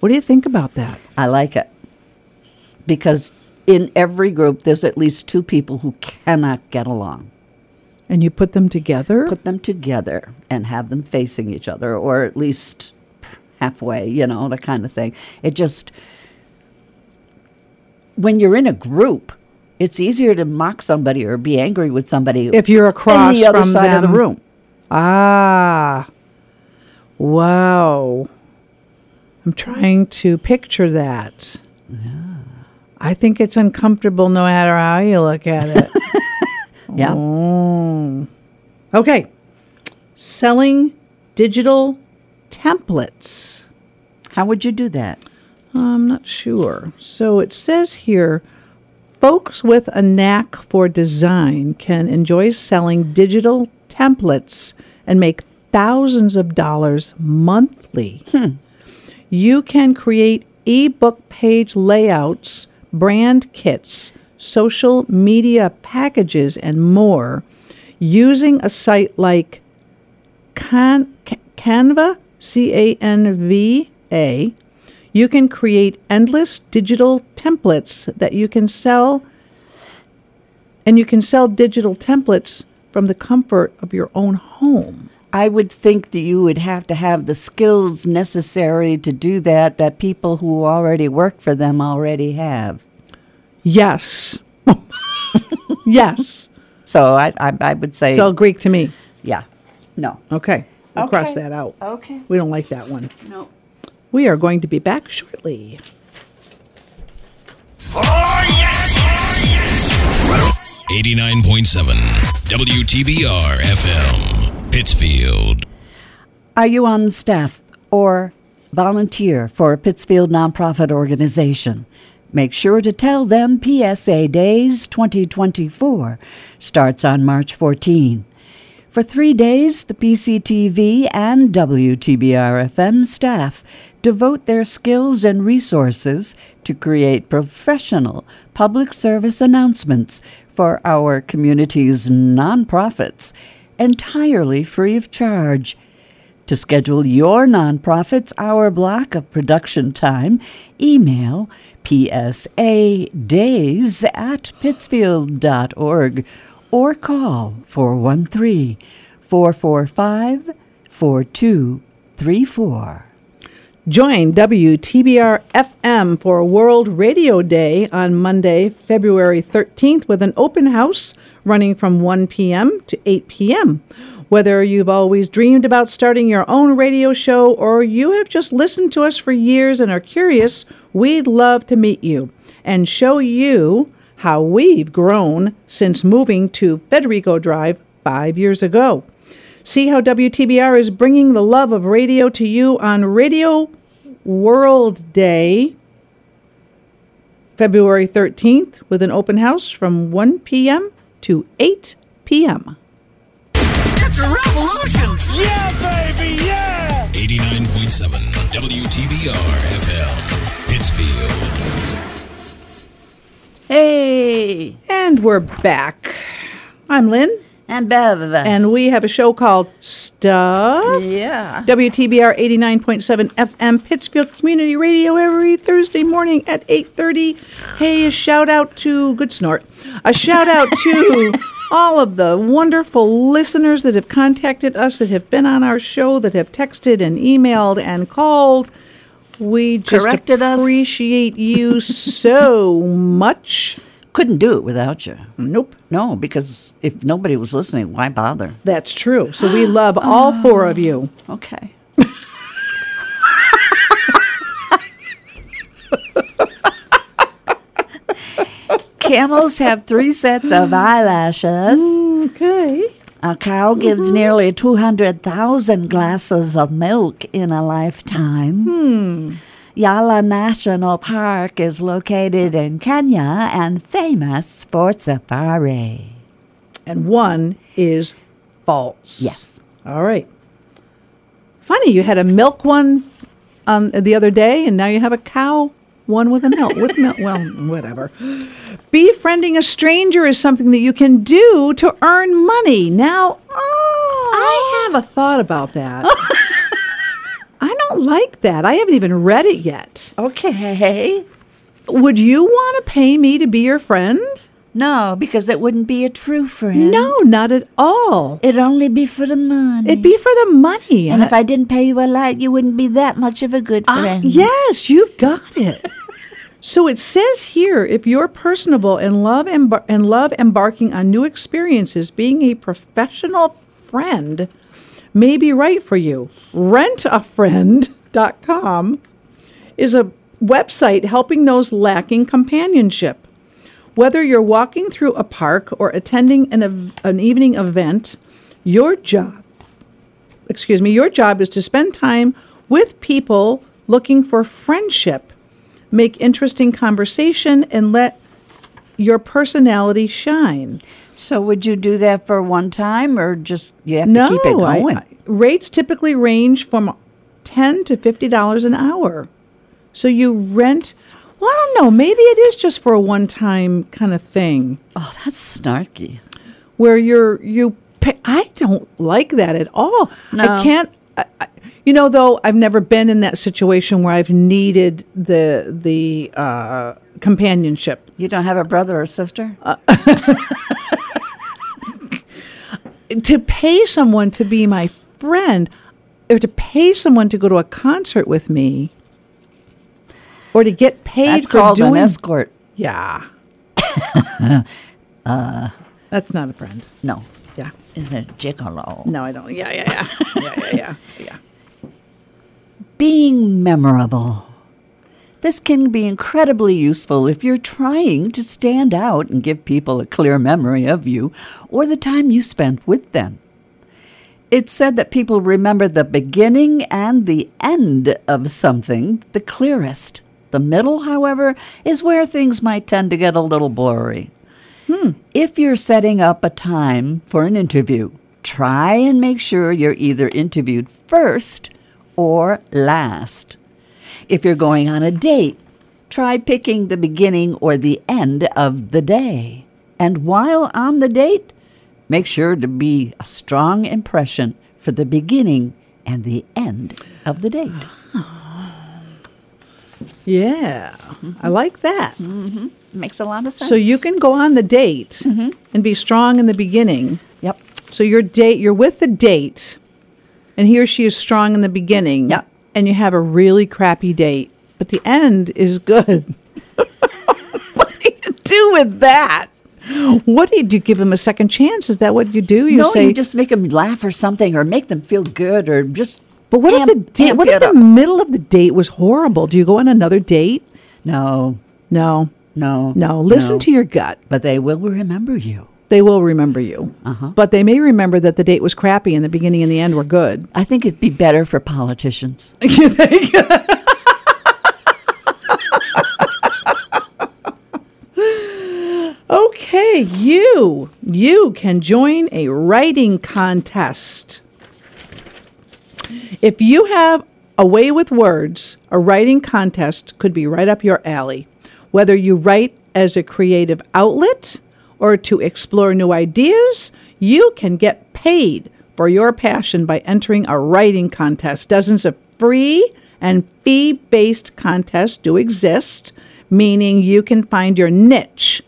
[SPEAKER 2] What do you think about that?
[SPEAKER 3] I like it. Because in every group, there's at least two people who cannot get along.
[SPEAKER 2] And you put them together?
[SPEAKER 3] Put them together and have them facing each other, or at least halfway, you know, that kind of thing. It just, when you're in a group, it's easier to mock somebody or be angry with somebody
[SPEAKER 2] if you're across
[SPEAKER 3] on the other
[SPEAKER 2] from
[SPEAKER 3] side of
[SPEAKER 2] them.
[SPEAKER 3] the room.
[SPEAKER 2] Ah. Wow. I'm trying to picture that. I think it's uncomfortable no matter how you look at it.
[SPEAKER 3] Yeah.
[SPEAKER 2] Oh. okay. Selling digital templates.
[SPEAKER 3] How would you do that?
[SPEAKER 2] I'm not sure. So it says here folks with a knack for design can enjoy selling digital templates and make thousands of dollars monthly. You can create ebook page layouts, brand kits, social media packages, and more using a site like Can- Ca- Canva, C A N V A, you can create endless digital templates that you can sell, and you can sell digital templates from the comfort of your own home.
[SPEAKER 3] I would think that you would have to have the skills necessary to do that that people who already work for them already have.
[SPEAKER 2] Yes. yes.
[SPEAKER 3] So I, I, I would say,
[SPEAKER 2] It's all Greek to me.
[SPEAKER 3] yeah, no.
[SPEAKER 2] Okay. We'll cross
[SPEAKER 3] Okay.
[SPEAKER 2] that out.
[SPEAKER 3] Okay.
[SPEAKER 2] We don't like that one.
[SPEAKER 3] No.
[SPEAKER 2] We are going to be back shortly.
[SPEAKER 4] Oh, yes!
[SPEAKER 5] 89.7 WTBR FM, Pittsfield.
[SPEAKER 3] Are you on staff or volunteer for a Pittsfield nonprofit organization? Make sure to tell them PSA Days 2024 starts on March 14. For three days, the PCTV and WTBR FM staff devote their skills and resources to create professional public service announcements for our community's nonprofits entirely free of charge. To schedule your nonprofit's hour block of production time, email psadays at pittsfield.org or call 413 445 4234.
[SPEAKER 2] Join WTBR FM for World Radio Day on Monday, February 13th, with an open house running from 1 p.m. to 8 p.m. Whether you've always dreamed about starting your own radio show or you have just listened to us for years and are curious, we'd love to meet you and show you how we've grown since moving to Federico Drive five years ago. See how WTBR is bringing the love of radio to you on Radio World Day, February 13th, with an open house from 1 p.m. to 8 p.m.
[SPEAKER 4] It's a revolution!
[SPEAKER 6] Yeah, baby, yeah!
[SPEAKER 5] 89.7 WTBR FM, Pittsfield.
[SPEAKER 3] Hey!
[SPEAKER 2] And we're back. I'm Lynn,
[SPEAKER 3] And Bev.
[SPEAKER 2] and we have a show called Stuff.
[SPEAKER 3] yeah.
[SPEAKER 2] WTBR 89.7 FM Pittsfield Community Radio every Thursday morning at 8:30. Hey, a shout out to Good Snort. A shout out to all of the wonderful listeners that have contacted us that have been on our show that have texted and emailed and called. We just
[SPEAKER 3] Corrected us.
[SPEAKER 2] appreciate you so much.
[SPEAKER 3] couldn't do it without you.
[SPEAKER 2] Nope.
[SPEAKER 3] No, because if nobody was listening, why bother?
[SPEAKER 2] That's true. So we love all four of you.
[SPEAKER 3] Okay. Camels have three sets of eyelashes.
[SPEAKER 2] Okay.
[SPEAKER 3] A cow gives nearly 200,000 glasses of milk in a lifetime. Yala National Park is located in Kenya and famous for safari.
[SPEAKER 2] And one is false.
[SPEAKER 3] Yes.
[SPEAKER 2] All right. Funny, you had a milk one um, the other day, and now you have a cow one with a milk. With milk, well, whatever. Befriending a stranger is something that you can do to earn money. Now, I have a thought about that. I don't like that. I haven't even read it yet.
[SPEAKER 3] Okay.
[SPEAKER 2] Would you want to pay me to be your friend?
[SPEAKER 3] No, because it wouldn't be a true friend.
[SPEAKER 2] No, not at all.
[SPEAKER 3] It'd only be for the money.
[SPEAKER 2] It'd be for the money.
[SPEAKER 3] And if I didn't pay you a lot, you wouldn't be that much of a good
[SPEAKER 2] Ah,
[SPEAKER 3] friend.
[SPEAKER 2] yes, you've got it. so it says here, if you're personable and love embar- and love embarking on new experiences, being a professional friend may be right for you. Rentafriend.com is a website helping those lacking companionship. Whether you're walking through a park or attending an, ev- an evening event, your job excuse me, your job is to spend time with people looking for friendship, make interesting conversation, and let your personality shine.
[SPEAKER 3] So would you do that for one time or just you have
[SPEAKER 2] no,
[SPEAKER 3] to keep it
[SPEAKER 2] I-
[SPEAKER 3] going?
[SPEAKER 2] I- rates typically range from ten to fifty dollars an hour. So you rent. Well, I don't know. Maybe it is just for a one-time kind of thing
[SPEAKER 3] oh, that's snarky.
[SPEAKER 2] where you're you. Pay, I don't like that at all.
[SPEAKER 3] No.
[SPEAKER 2] I can't. I, I, you know, though I've never been in that situation where I've needed the the uh, companionship.
[SPEAKER 3] You don't have a brother or sister?
[SPEAKER 2] Uh, To pay someone to be my friend, or to pay someone to go to a concert with me, or to get paid
[SPEAKER 3] that's
[SPEAKER 2] for
[SPEAKER 3] called
[SPEAKER 2] doing
[SPEAKER 3] an escort.
[SPEAKER 2] Yeah. Uh, That's not a friend.
[SPEAKER 3] No.
[SPEAKER 2] Yeah.
[SPEAKER 3] Is a gigolo.
[SPEAKER 2] No, I don't. Yeah, yeah, yeah. yeah, yeah, yeah. yeah.
[SPEAKER 3] Being memorable. This can be incredibly useful if you're trying to stand out and give people a clear memory of you or the time you spent with them. It's said that people remember the beginning and the end of something the clearest. The middle, however, is where things might tend to get a little blurry. If you're setting up a time for an interview, try and make sure you're either interviewed first or last. If you're going on a date, try picking the beginning or the end of the day. And while on the date, make sure to be a strong impression for the beginning and the end of the date.
[SPEAKER 2] Yeah,
[SPEAKER 3] Mm-hmm.
[SPEAKER 2] I like that.
[SPEAKER 3] Makes a lot of sense.
[SPEAKER 2] So you can go on the date
[SPEAKER 3] Mm-hmm.
[SPEAKER 2] and be strong in the beginning.
[SPEAKER 3] Yep.
[SPEAKER 2] So your date, you're with the date, and he or she is strong in the beginning.
[SPEAKER 3] Yep.
[SPEAKER 2] And you have a really crappy date, but the end is good. what do you do with that? What do you do? You Give them a second chance? Is that what you do? You
[SPEAKER 3] no,
[SPEAKER 2] say,
[SPEAKER 3] you just make them laugh or something, or make them feel good, or just.
[SPEAKER 2] but what
[SPEAKER 3] amp,
[SPEAKER 2] if the date?
[SPEAKER 3] amp
[SPEAKER 2] What if
[SPEAKER 3] it
[SPEAKER 2] the
[SPEAKER 3] up.
[SPEAKER 2] middle of the date was horrible? Do you go on another date?
[SPEAKER 3] No,
[SPEAKER 2] No,
[SPEAKER 3] no,
[SPEAKER 2] no. Listen
[SPEAKER 3] no.
[SPEAKER 2] to your gut.
[SPEAKER 3] But they will remember you.
[SPEAKER 2] they will remember you. But they may remember that the date was crappy and the beginning and the end were good.
[SPEAKER 3] I think it'd be better for politicians.
[SPEAKER 2] Okay, you you can join a writing contest. If you have a way with words, a writing contest could be right up your alley. Whether you write as a creative outlet or to explore new ideas, you can get paid for your passion by entering a writing contest. Dozens of free and fee based contests do exist, meaning you can find your niche,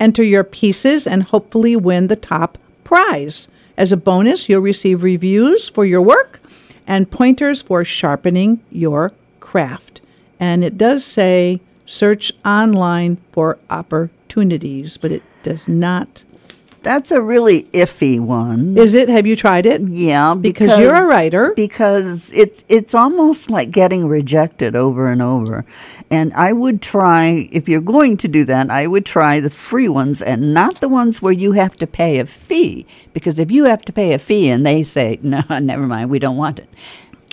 [SPEAKER 2] enter your pieces, and hopefully win the top prize. As a bonus, you'll receive reviews for your work and pointers for sharpening your craft. And it does say search online for opportunities. opportunities, but it does not.
[SPEAKER 3] That's a really iffy one.
[SPEAKER 2] Is it? Have you tried it?
[SPEAKER 3] Yeah,
[SPEAKER 2] Because you're a writer.
[SPEAKER 3] Because it's it's almost like getting rejected over and over. And I would try if you're going to do that, I would try the free ones and not the ones where you have to pay a fee. Because if you have to pay a fee and they say, "No, never mind, we don't want it,"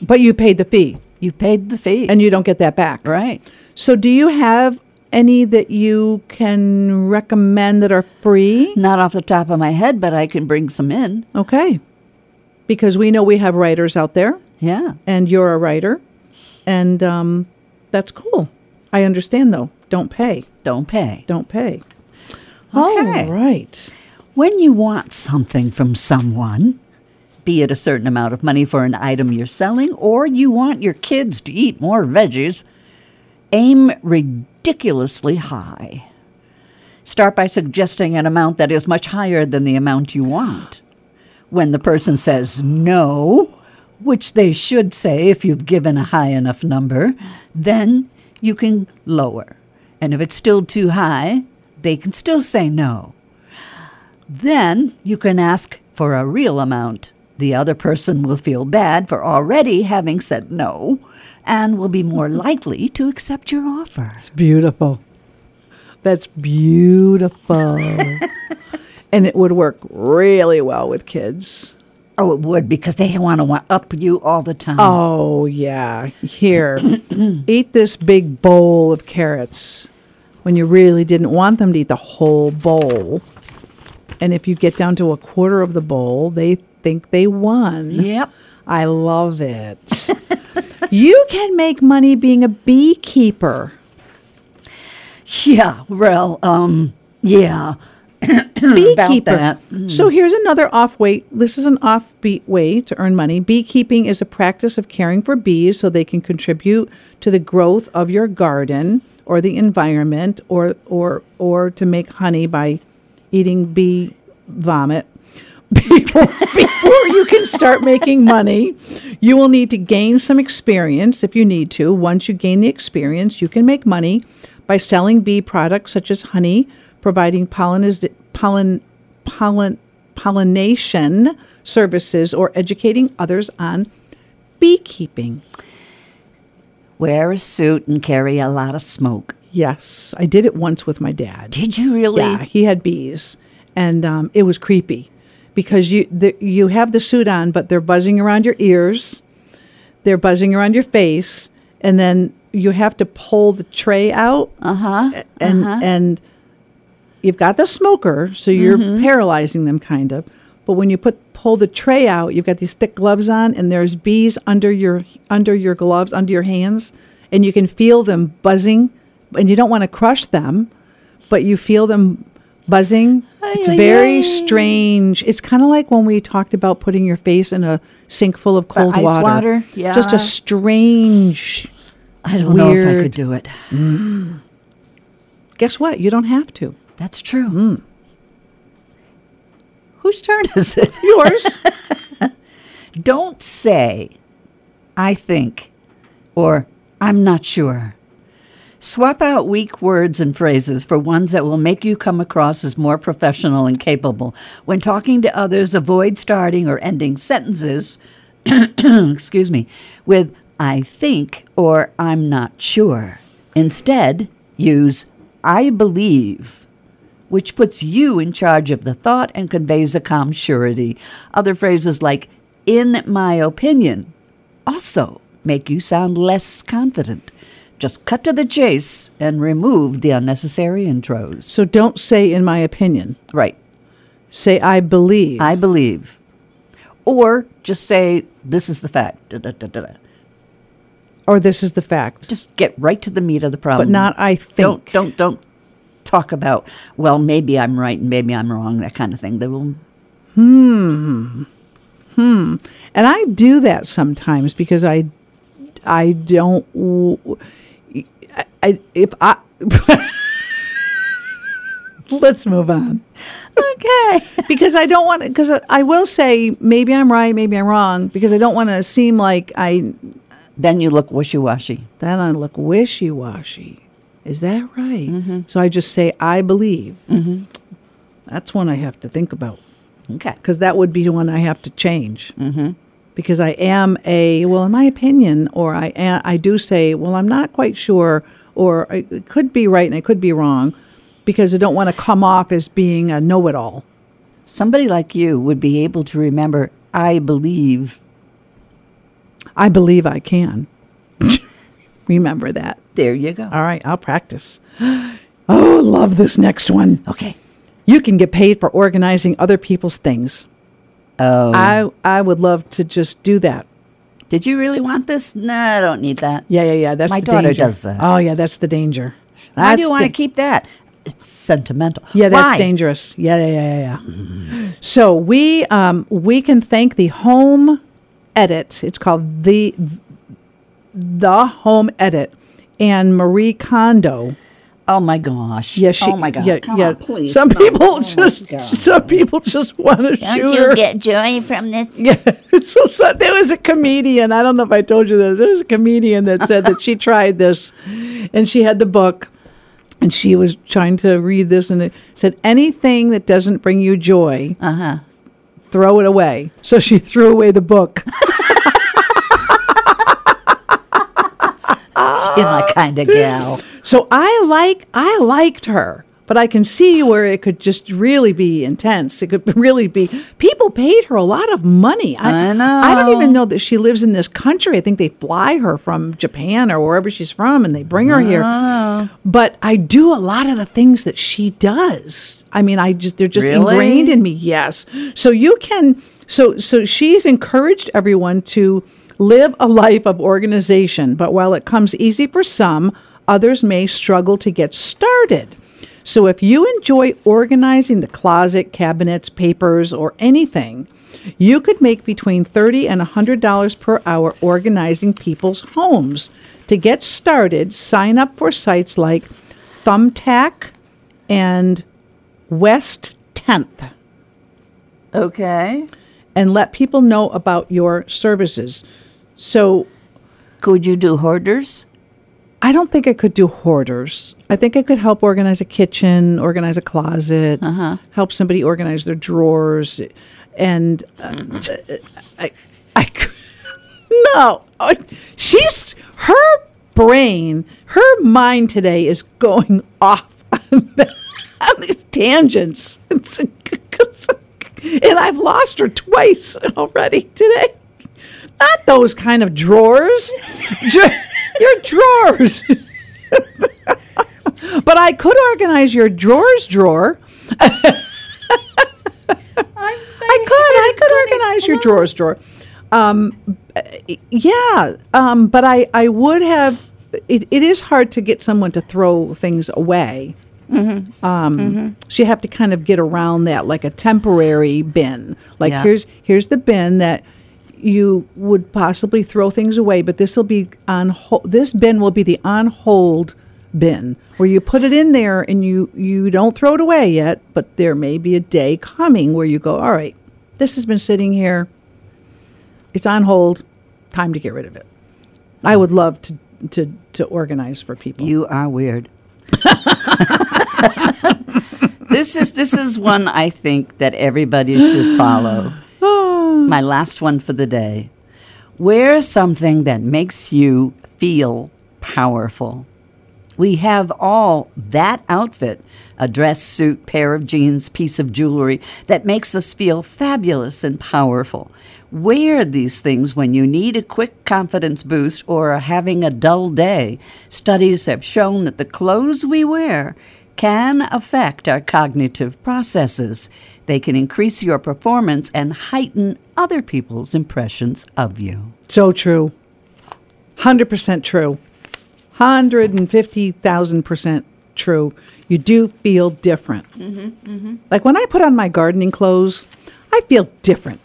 [SPEAKER 2] But you paid the fee
[SPEAKER 3] you paid the fee,
[SPEAKER 2] and you don't get that back.
[SPEAKER 3] right?
[SPEAKER 2] So, do you have any that you can recommend that are free?
[SPEAKER 3] Not off the top of my head, but I can bring some in.
[SPEAKER 2] Okay. Because we know we have writers out there,
[SPEAKER 3] Yeah,
[SPEAKER 2] and you're a writer, and um, that's cool. I understand, though. Don't pay.
[SPEAKER 3] don't pay.
[SPEAKER 2] Don't pay.
[SPEAKER 3] Okay.
[SPEAKER 2] All right.
[SPEAKER 3] When you want something from someone, be it a certain amount of money for an item you're selling, or you want your kids to eat more veggies, aim ridiculously high. Start by suggesting an amount that is much higher than the amount you want. When the person says no, which they should say if you've given a high enough number, then you can lower. And if it's still too high, they can still say no. Then you can ask for a real amount. The other person will feel bad for already having said no and will be more likely to accept your offer.
[SPEAKER 2] It's beautiful. That's beautiful. and it would work really well with kids.
[SPEAKER 3] Oh, it would because they want to up you all the time.
[SPEAKER 2] Oh, yeah. Here, eat this big bowl of carrots when you really didn't want them to eat the whole bowl. And if you get down to a quarter of the bowl, they think they won.
[SPEAKER 3] Yep.
[SPEAKER 2] I love it. you can make money being a beekeeper.
[SPEAKER 3] Yeah. Well, um, yeah. Hmm. About
[SPEAKER 2] beekeeper.
[SPEAKER 3] that. Hmm.
[SPEAKER 2] So here's another off weight. This is an offbeat way to earn money. Beekeeping is a practice of caring for bees so they can contribute to the growth of your garden or the environment or or or to make honey by eating bee vomit. Before, before you can start making money, you will need to gain some experience if you need to. Once you gain the experience, you can make money by selling bee products such as honey, providing polliniz- pollen, pollen, pollination services, or educating others on beekeeping.
[SPEAKER 3] Wear a suit and carry a lot of smoke.
[SPEAKER 2] Yes, I did it once with my dad.
[SPEAKER 3] Did you really?
[SPEAKER 2] Yeah, he had bees, and um, it was creepy because you the, you have the suit on, but they're buzzing around your ears, they're buzzing around your face, and then you have to pull the tray out, uh-huh, and and you've got the smoker, so you're
[SPEAKER 3] Mm-hmm.
[SPEAKER 2] paralyzing them kind of. But when you put pull the tray out, you've got these thick gloves on, and there's bees under your under your gloves, under your hands, and you can feel them buzzing, and you don't want to crush them, but you feel them buzzing. It's very strange. It's kind of like when we talked about putting your face in a sink full of cold
[SPEAKER 3] ice
[SPEAKER 2] water.
[SPEAKER 3] water?
[SPEAKER 2] Just
[SPEAKER 3] Yeah.
[SPEAKER 2] a strange.
[SPEAKER 3] I don't know if I could
[SPEAKER 2] Weird.
[SPEAKER 3] do it.
[SPEAKER 2] Guess what? You don't have to.
[SPEAKER 3] That's true. Whose turn is it?
[SPEAKER 2] Yours.
[SPEAKER 3] don't say, I think, or I'm not sure. Swap out weak words and phrases for ones that will make you come across as more professional and capable. When talking to others, avoid starting or ending sentences, excuse me, with I think or I'm not sure. Instead, use I believe which puts you in charge of the thought and conveys a calm surety. Other phrases like, in my opinion, also make you sound less confident. Just cut to the chase and remove the unnecessary intros.
[SPEAKER 2] so don't say, in my opinion.
[SPEAKER 3] Right,
[SPEAKER 2] Say, I believe.
[SPEAKER 3] I believe. Or just say, this is the fact. Da, da, da, da, da.
[SPEAKER 2] or this is the fact.
[SPEAKER 3] Just get right to the meat of the problem.
[SPEAKER 2] but not, I think.
[SPEAKER 3] Don't, don't, don't talk about, well, maybe I'm right and maybe I'm wrong, that kind of thing. They will
[SPEAKER 2] And I do that sometimes because I, I don't. w- I, I- if I. Let's move on.
[SPEAKER 3] okay.
[SPEAKER 2] because I don't want to. Because I will say maybe I'm right, maybe I'm wrong. Because I don't want to seem like I
[SPEAKER 3] then you look wishy-washy.
[SPEAKER 2] then I look wishy washy. Is that right?
[SPEAKER 3] Mm-hmm.
[SPEAKER 2] So I just say, I believe. That's one I have to think about
[SPEAKER 3] Okay.
[SPEAKER 2] because that would be the one I have to change. Mm-hmm. Because I am a well, in my opinion, or I am, I do say, well, I'm not quite sure, or I- it could be right and it could be wrong, because I don't want to come off as being a know-it-all.
[SPEAKER 3] Somebody like you would be able to remember, I believe.
[SPEAKER 2] I believe I can. Remember that.
[SPEAKER 3] There you go.
[SPEAKER 2] All right, I'll practice. Oh, love this next one.
[SPEAKER 3] Okay.
[SPEAKER 2] You can get paid for organizing other people's things.
[SPEAKER 3] Oh.
[SPEAKER 2] I I would love to just do that.
[SPEAKER 3] Did you really want this? No, I don't need that.
[SPEAKER 2] Yeah, yeah, yeah. That's
[SPEAKER 3] My
[SPEAKER 2] the
[SPEAKER 3] daughter
[SPEAKER 2] danger.
[SPEAKER 3] does that.
[SPEAKER 2] Oh, yeah, that's the danger.
[SPEAKER 3] Why do you
[SPEAKER 2] That's
[SPEAKER 3] want to
[SPEAKER 2] the-
[SPEAKER 3] keep that? It's sentimental.
[SPEAKER 2] Yeah, that's
[SPEAKER 3] Why?
[SPEAKER 2] dangerous. Yeah, yeah, yeah, yeah. yeah. so we um, we can thank the Home Edit. It's called the the Home Edit, and Marie Kondo.
[SPEAKER 3] Oh my gosh.
[SPEAKER 2] Yeah, she,
[SPEAKER 3] oh my god.
[SPEAKER 2] Yeah,
[SPEAKER 3] Come
[SPEAKER 2] yeah.
[SPEAKER 3] on, please.
[SPEAKER 2] Some
[SPEAKER 3] No.
[SPEAKER 2] people
[SPEAKER 3] Oh my
[SPEAKER 2] just
[SPEAKER 3] God.
[SPEAKER 2] some people just want to shoot her.
[SPEAKER 3] joy from this?
[SPEAKER 2] Yeah. So, so there was a comedian. I don't know if I told you this. There was a comedian that said that she tried this, and she had the book, and she was trying to read this, and it said anything that doesn't bring you joy, uh-huh. throw it away. So she threw away the book.
[SPEAKER 3] She's my kind of gal.
[SPEAKER 2] so I like I liked her. But I can see where it could just really be intense. It could really be. People paid her a lot of money.
[SPEAKER 3] I know.
[SPEAKER 2] I don't even know that she lives in this country. I think they fly her from Japan or wherever she's from, and they bring her
[SPEAKER 3] Oh.
[SPEAKER 2] here. But I do a lot of the things that she does. I mean, I just they're just
[SPEAKER 3] Really?
[SPEAKER 2] ingrained in me. Yes. So you can. So so she's encouraged everyone to live a life of organization. But while it comes easy for some, others may struggle to get started. So if you enjoy organizing the closet, cabinets, papers, or anything, you could make between $30 and $100 per hour organizing people's homes. To get started, sign up for sites like Thumbtack and West 10th
[SPEAKER 3] Okay.
[SPEAKER 2] and let people know about your services. So
[SPEAKER 3] Could you do hoarders?
[SPEAKER 2] I don't think I could do hoarders. I think I could help organize a kitchen, organize a closet, help somebody organize their drawers, and uh, I, I, could, no, Uh, she's her brain, her mind today is going off on, the- on these tangents, It's- and I've lost her twice already today. Not those kind of drawers, Dra- your drawers. but I could organize your drawers drawer. I could. I could organize your drawers drawer. Um, yeah, um, but I, I would have. It, it is hard to get someone to throw things away. Um, So you have to kind of get around that, like a temporary bin. Like
[SPEAKER 3] Yeah.
[SPEAKER 2] here's here's the bin that you would possibly throw things away, but this will be on hold. This bin will be the on hold bin where you put it in there and you you don't throw it away yet, but there may be a day coming where you go, all right, this has been sitting here. It's on hold. Time to get rid of it. I would love to to to organize for people.
[SPEAKER 3] You are weird. this is this is one I think that everybody should follow. My last one for the day. Wear something that makes you feel powerful. We have all that outfit a dress suit, pair of jeans, piece of jewelry that makes us feel fabulous and powerful. Wear these things when you need a quick confidence boost or are having a dull day. Studies have shown that the clothes we wear can affect our cognitive processes. They can increase your performance and heighten other people's impressions of you.
[SPEAKER 2] So true. 100% true. 150,000% true. You do feel different.
[SPEAKER 3] Mm-hmm,
[SPEAKER 2] Like when I put on my gardening clothes, I feel different.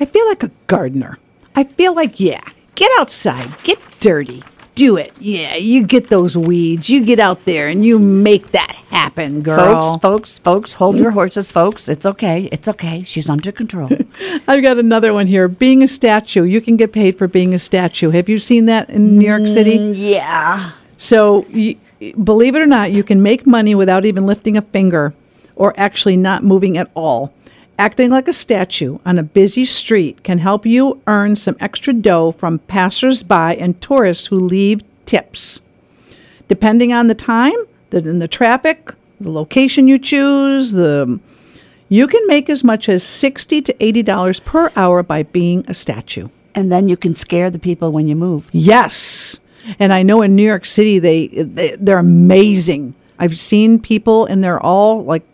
[SPEAKER 2] I feel like a gardener. I feel like, yeah, get outside, get dirty, do it. Yeah, you get those weeds, you get out there and you make that happen, girl.
[SPEAKER 3] Folks, folks, folks, hold your horses, folks. It's okay. It's okay. She's under control.
[SPEAKER 2] I've got another one here. Being a statue. You can get paid for being a statue. Have you seen that in New York City?
[SPEAKER 3] yeah.
[SPEAKER 2] So y- believe it or not, you can make money without even lifting a finger or actually not moving at all. Acting like a statue on a busy street can help you earn some extra dough from passersby and tourists who leave tips. Depending on the time, the, and the traffic, the location you choose, the you can make as much as sixty to eighty dollars per hour by being a statue.
[SPEAKER 3] And then you can scare the people when you move.
[SPEAKER 2] Yes. And I know in New York City they, they they're amazing. I've seen people and they're all like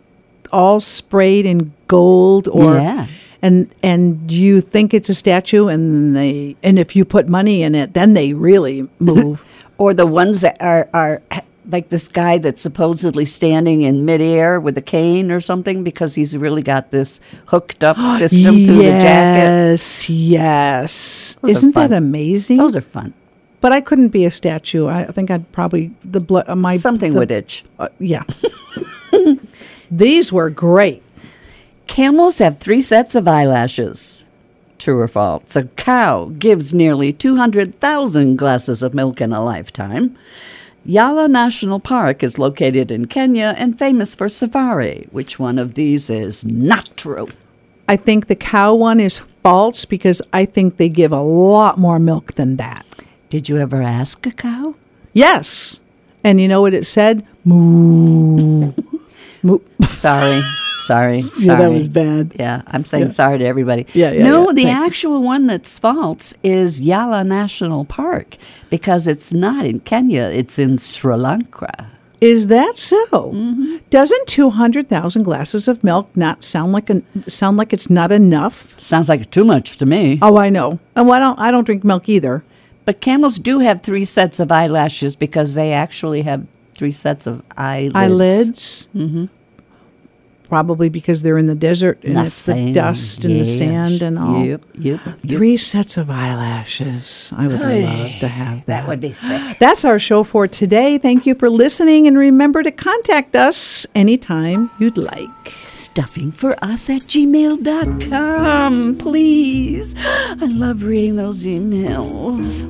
[SPEAKER 2] all sprayed in gold or
[SPEAKER 3] Yeah.
[SPEAKER 2] and and you think it's a statue and they and if you put money in it then they really move.
[SPEAKER 3] Or the ones that are, are like this guy that's supposedly standing in midair with a cane or something because he's really got this hooked up system through the jacket.
[SPEAKER 2] Yes, yes.
[SPEAKER 3] Those are
[SPEAKER 2] Isn't
[SPEAKER 3] fun.
[SPEAKER 2] that amazing?
[SPEAKER 3] Those are fun.
[SPEAKER 2] but I couldn't be a statue. I think I'd probably the blood uh, my
[SPEAKER 3] Something
[SPEAKER 2] the-
[SPEAKER 3] would itch.
[SPEAKER 2] uh, yeah. These were great.
[SPEAKER 3] Camels have three sets of eyelashes. True or false? A cow gives nearly 200,000 glasses of milk in a lifetime. Yala National Park is located in Kenya and famous for safari. Which one of these is not true?
[SPEAKER 2] I think the cow one is false because I think they give a lot more milk than that.
[SPEAKER 3] Did you ever ask a cow?
[SPEAKER 2] Yes. And you know what it said? Moo. Moo.
[SPEAKER 3] Sorry, sorry, sorry.
[SPEAKER 2] Yeah, that was bad.
[SPEAKER 3] Yeah, I'm saying sorry to everybody.
[SPEAKER 2] Yeah, yeah,
[SPEAKER 3] No,
[SPEAKER 2] yeah,
[SPEAKER 3] the
[SPEAKER 2] thanks.
[SPEAKER 3] actual one that's false is Yala National Park because it's not in Kenya, it's in Sri Lanka.
[SPEAKER 2] Is that so? Mm-hmm. Doesn't 200,000 glasses of milk not sound like an, sound like it's not enough?
[SPEAKER 3] Sounds like too much to me.
[SPEAKER 2] Oh, I know. And why don't I don't drink milk either.
[SPEAKER 3] But camels do have three sets of eyelashes because they actually have three sets of eyelids.
[SPEAKER 2] Eyelids? Mhm. Probably because they're in the desert and
[SPEAKER 3] Not
[SPEAKER 2] it's the
[SPEAKER 3] saying,
[SPEAKER 2] dust and the
[SPEAKER 3] yes.
[SPEAKER 2] sand and all.
[SPEAKER 3] Yep, yep, yep.
[SPEAKER 2] Three sets of eyelashes. I would love to have that.
[SPEAKER 3] That would be thick.
[SPEAKER 2] That's our show for today. Thank you for listening and remember to contact us anytime you'd like.
[SPEAKER 3] Stuffing for us at gmail.com, please. I love reading those emails.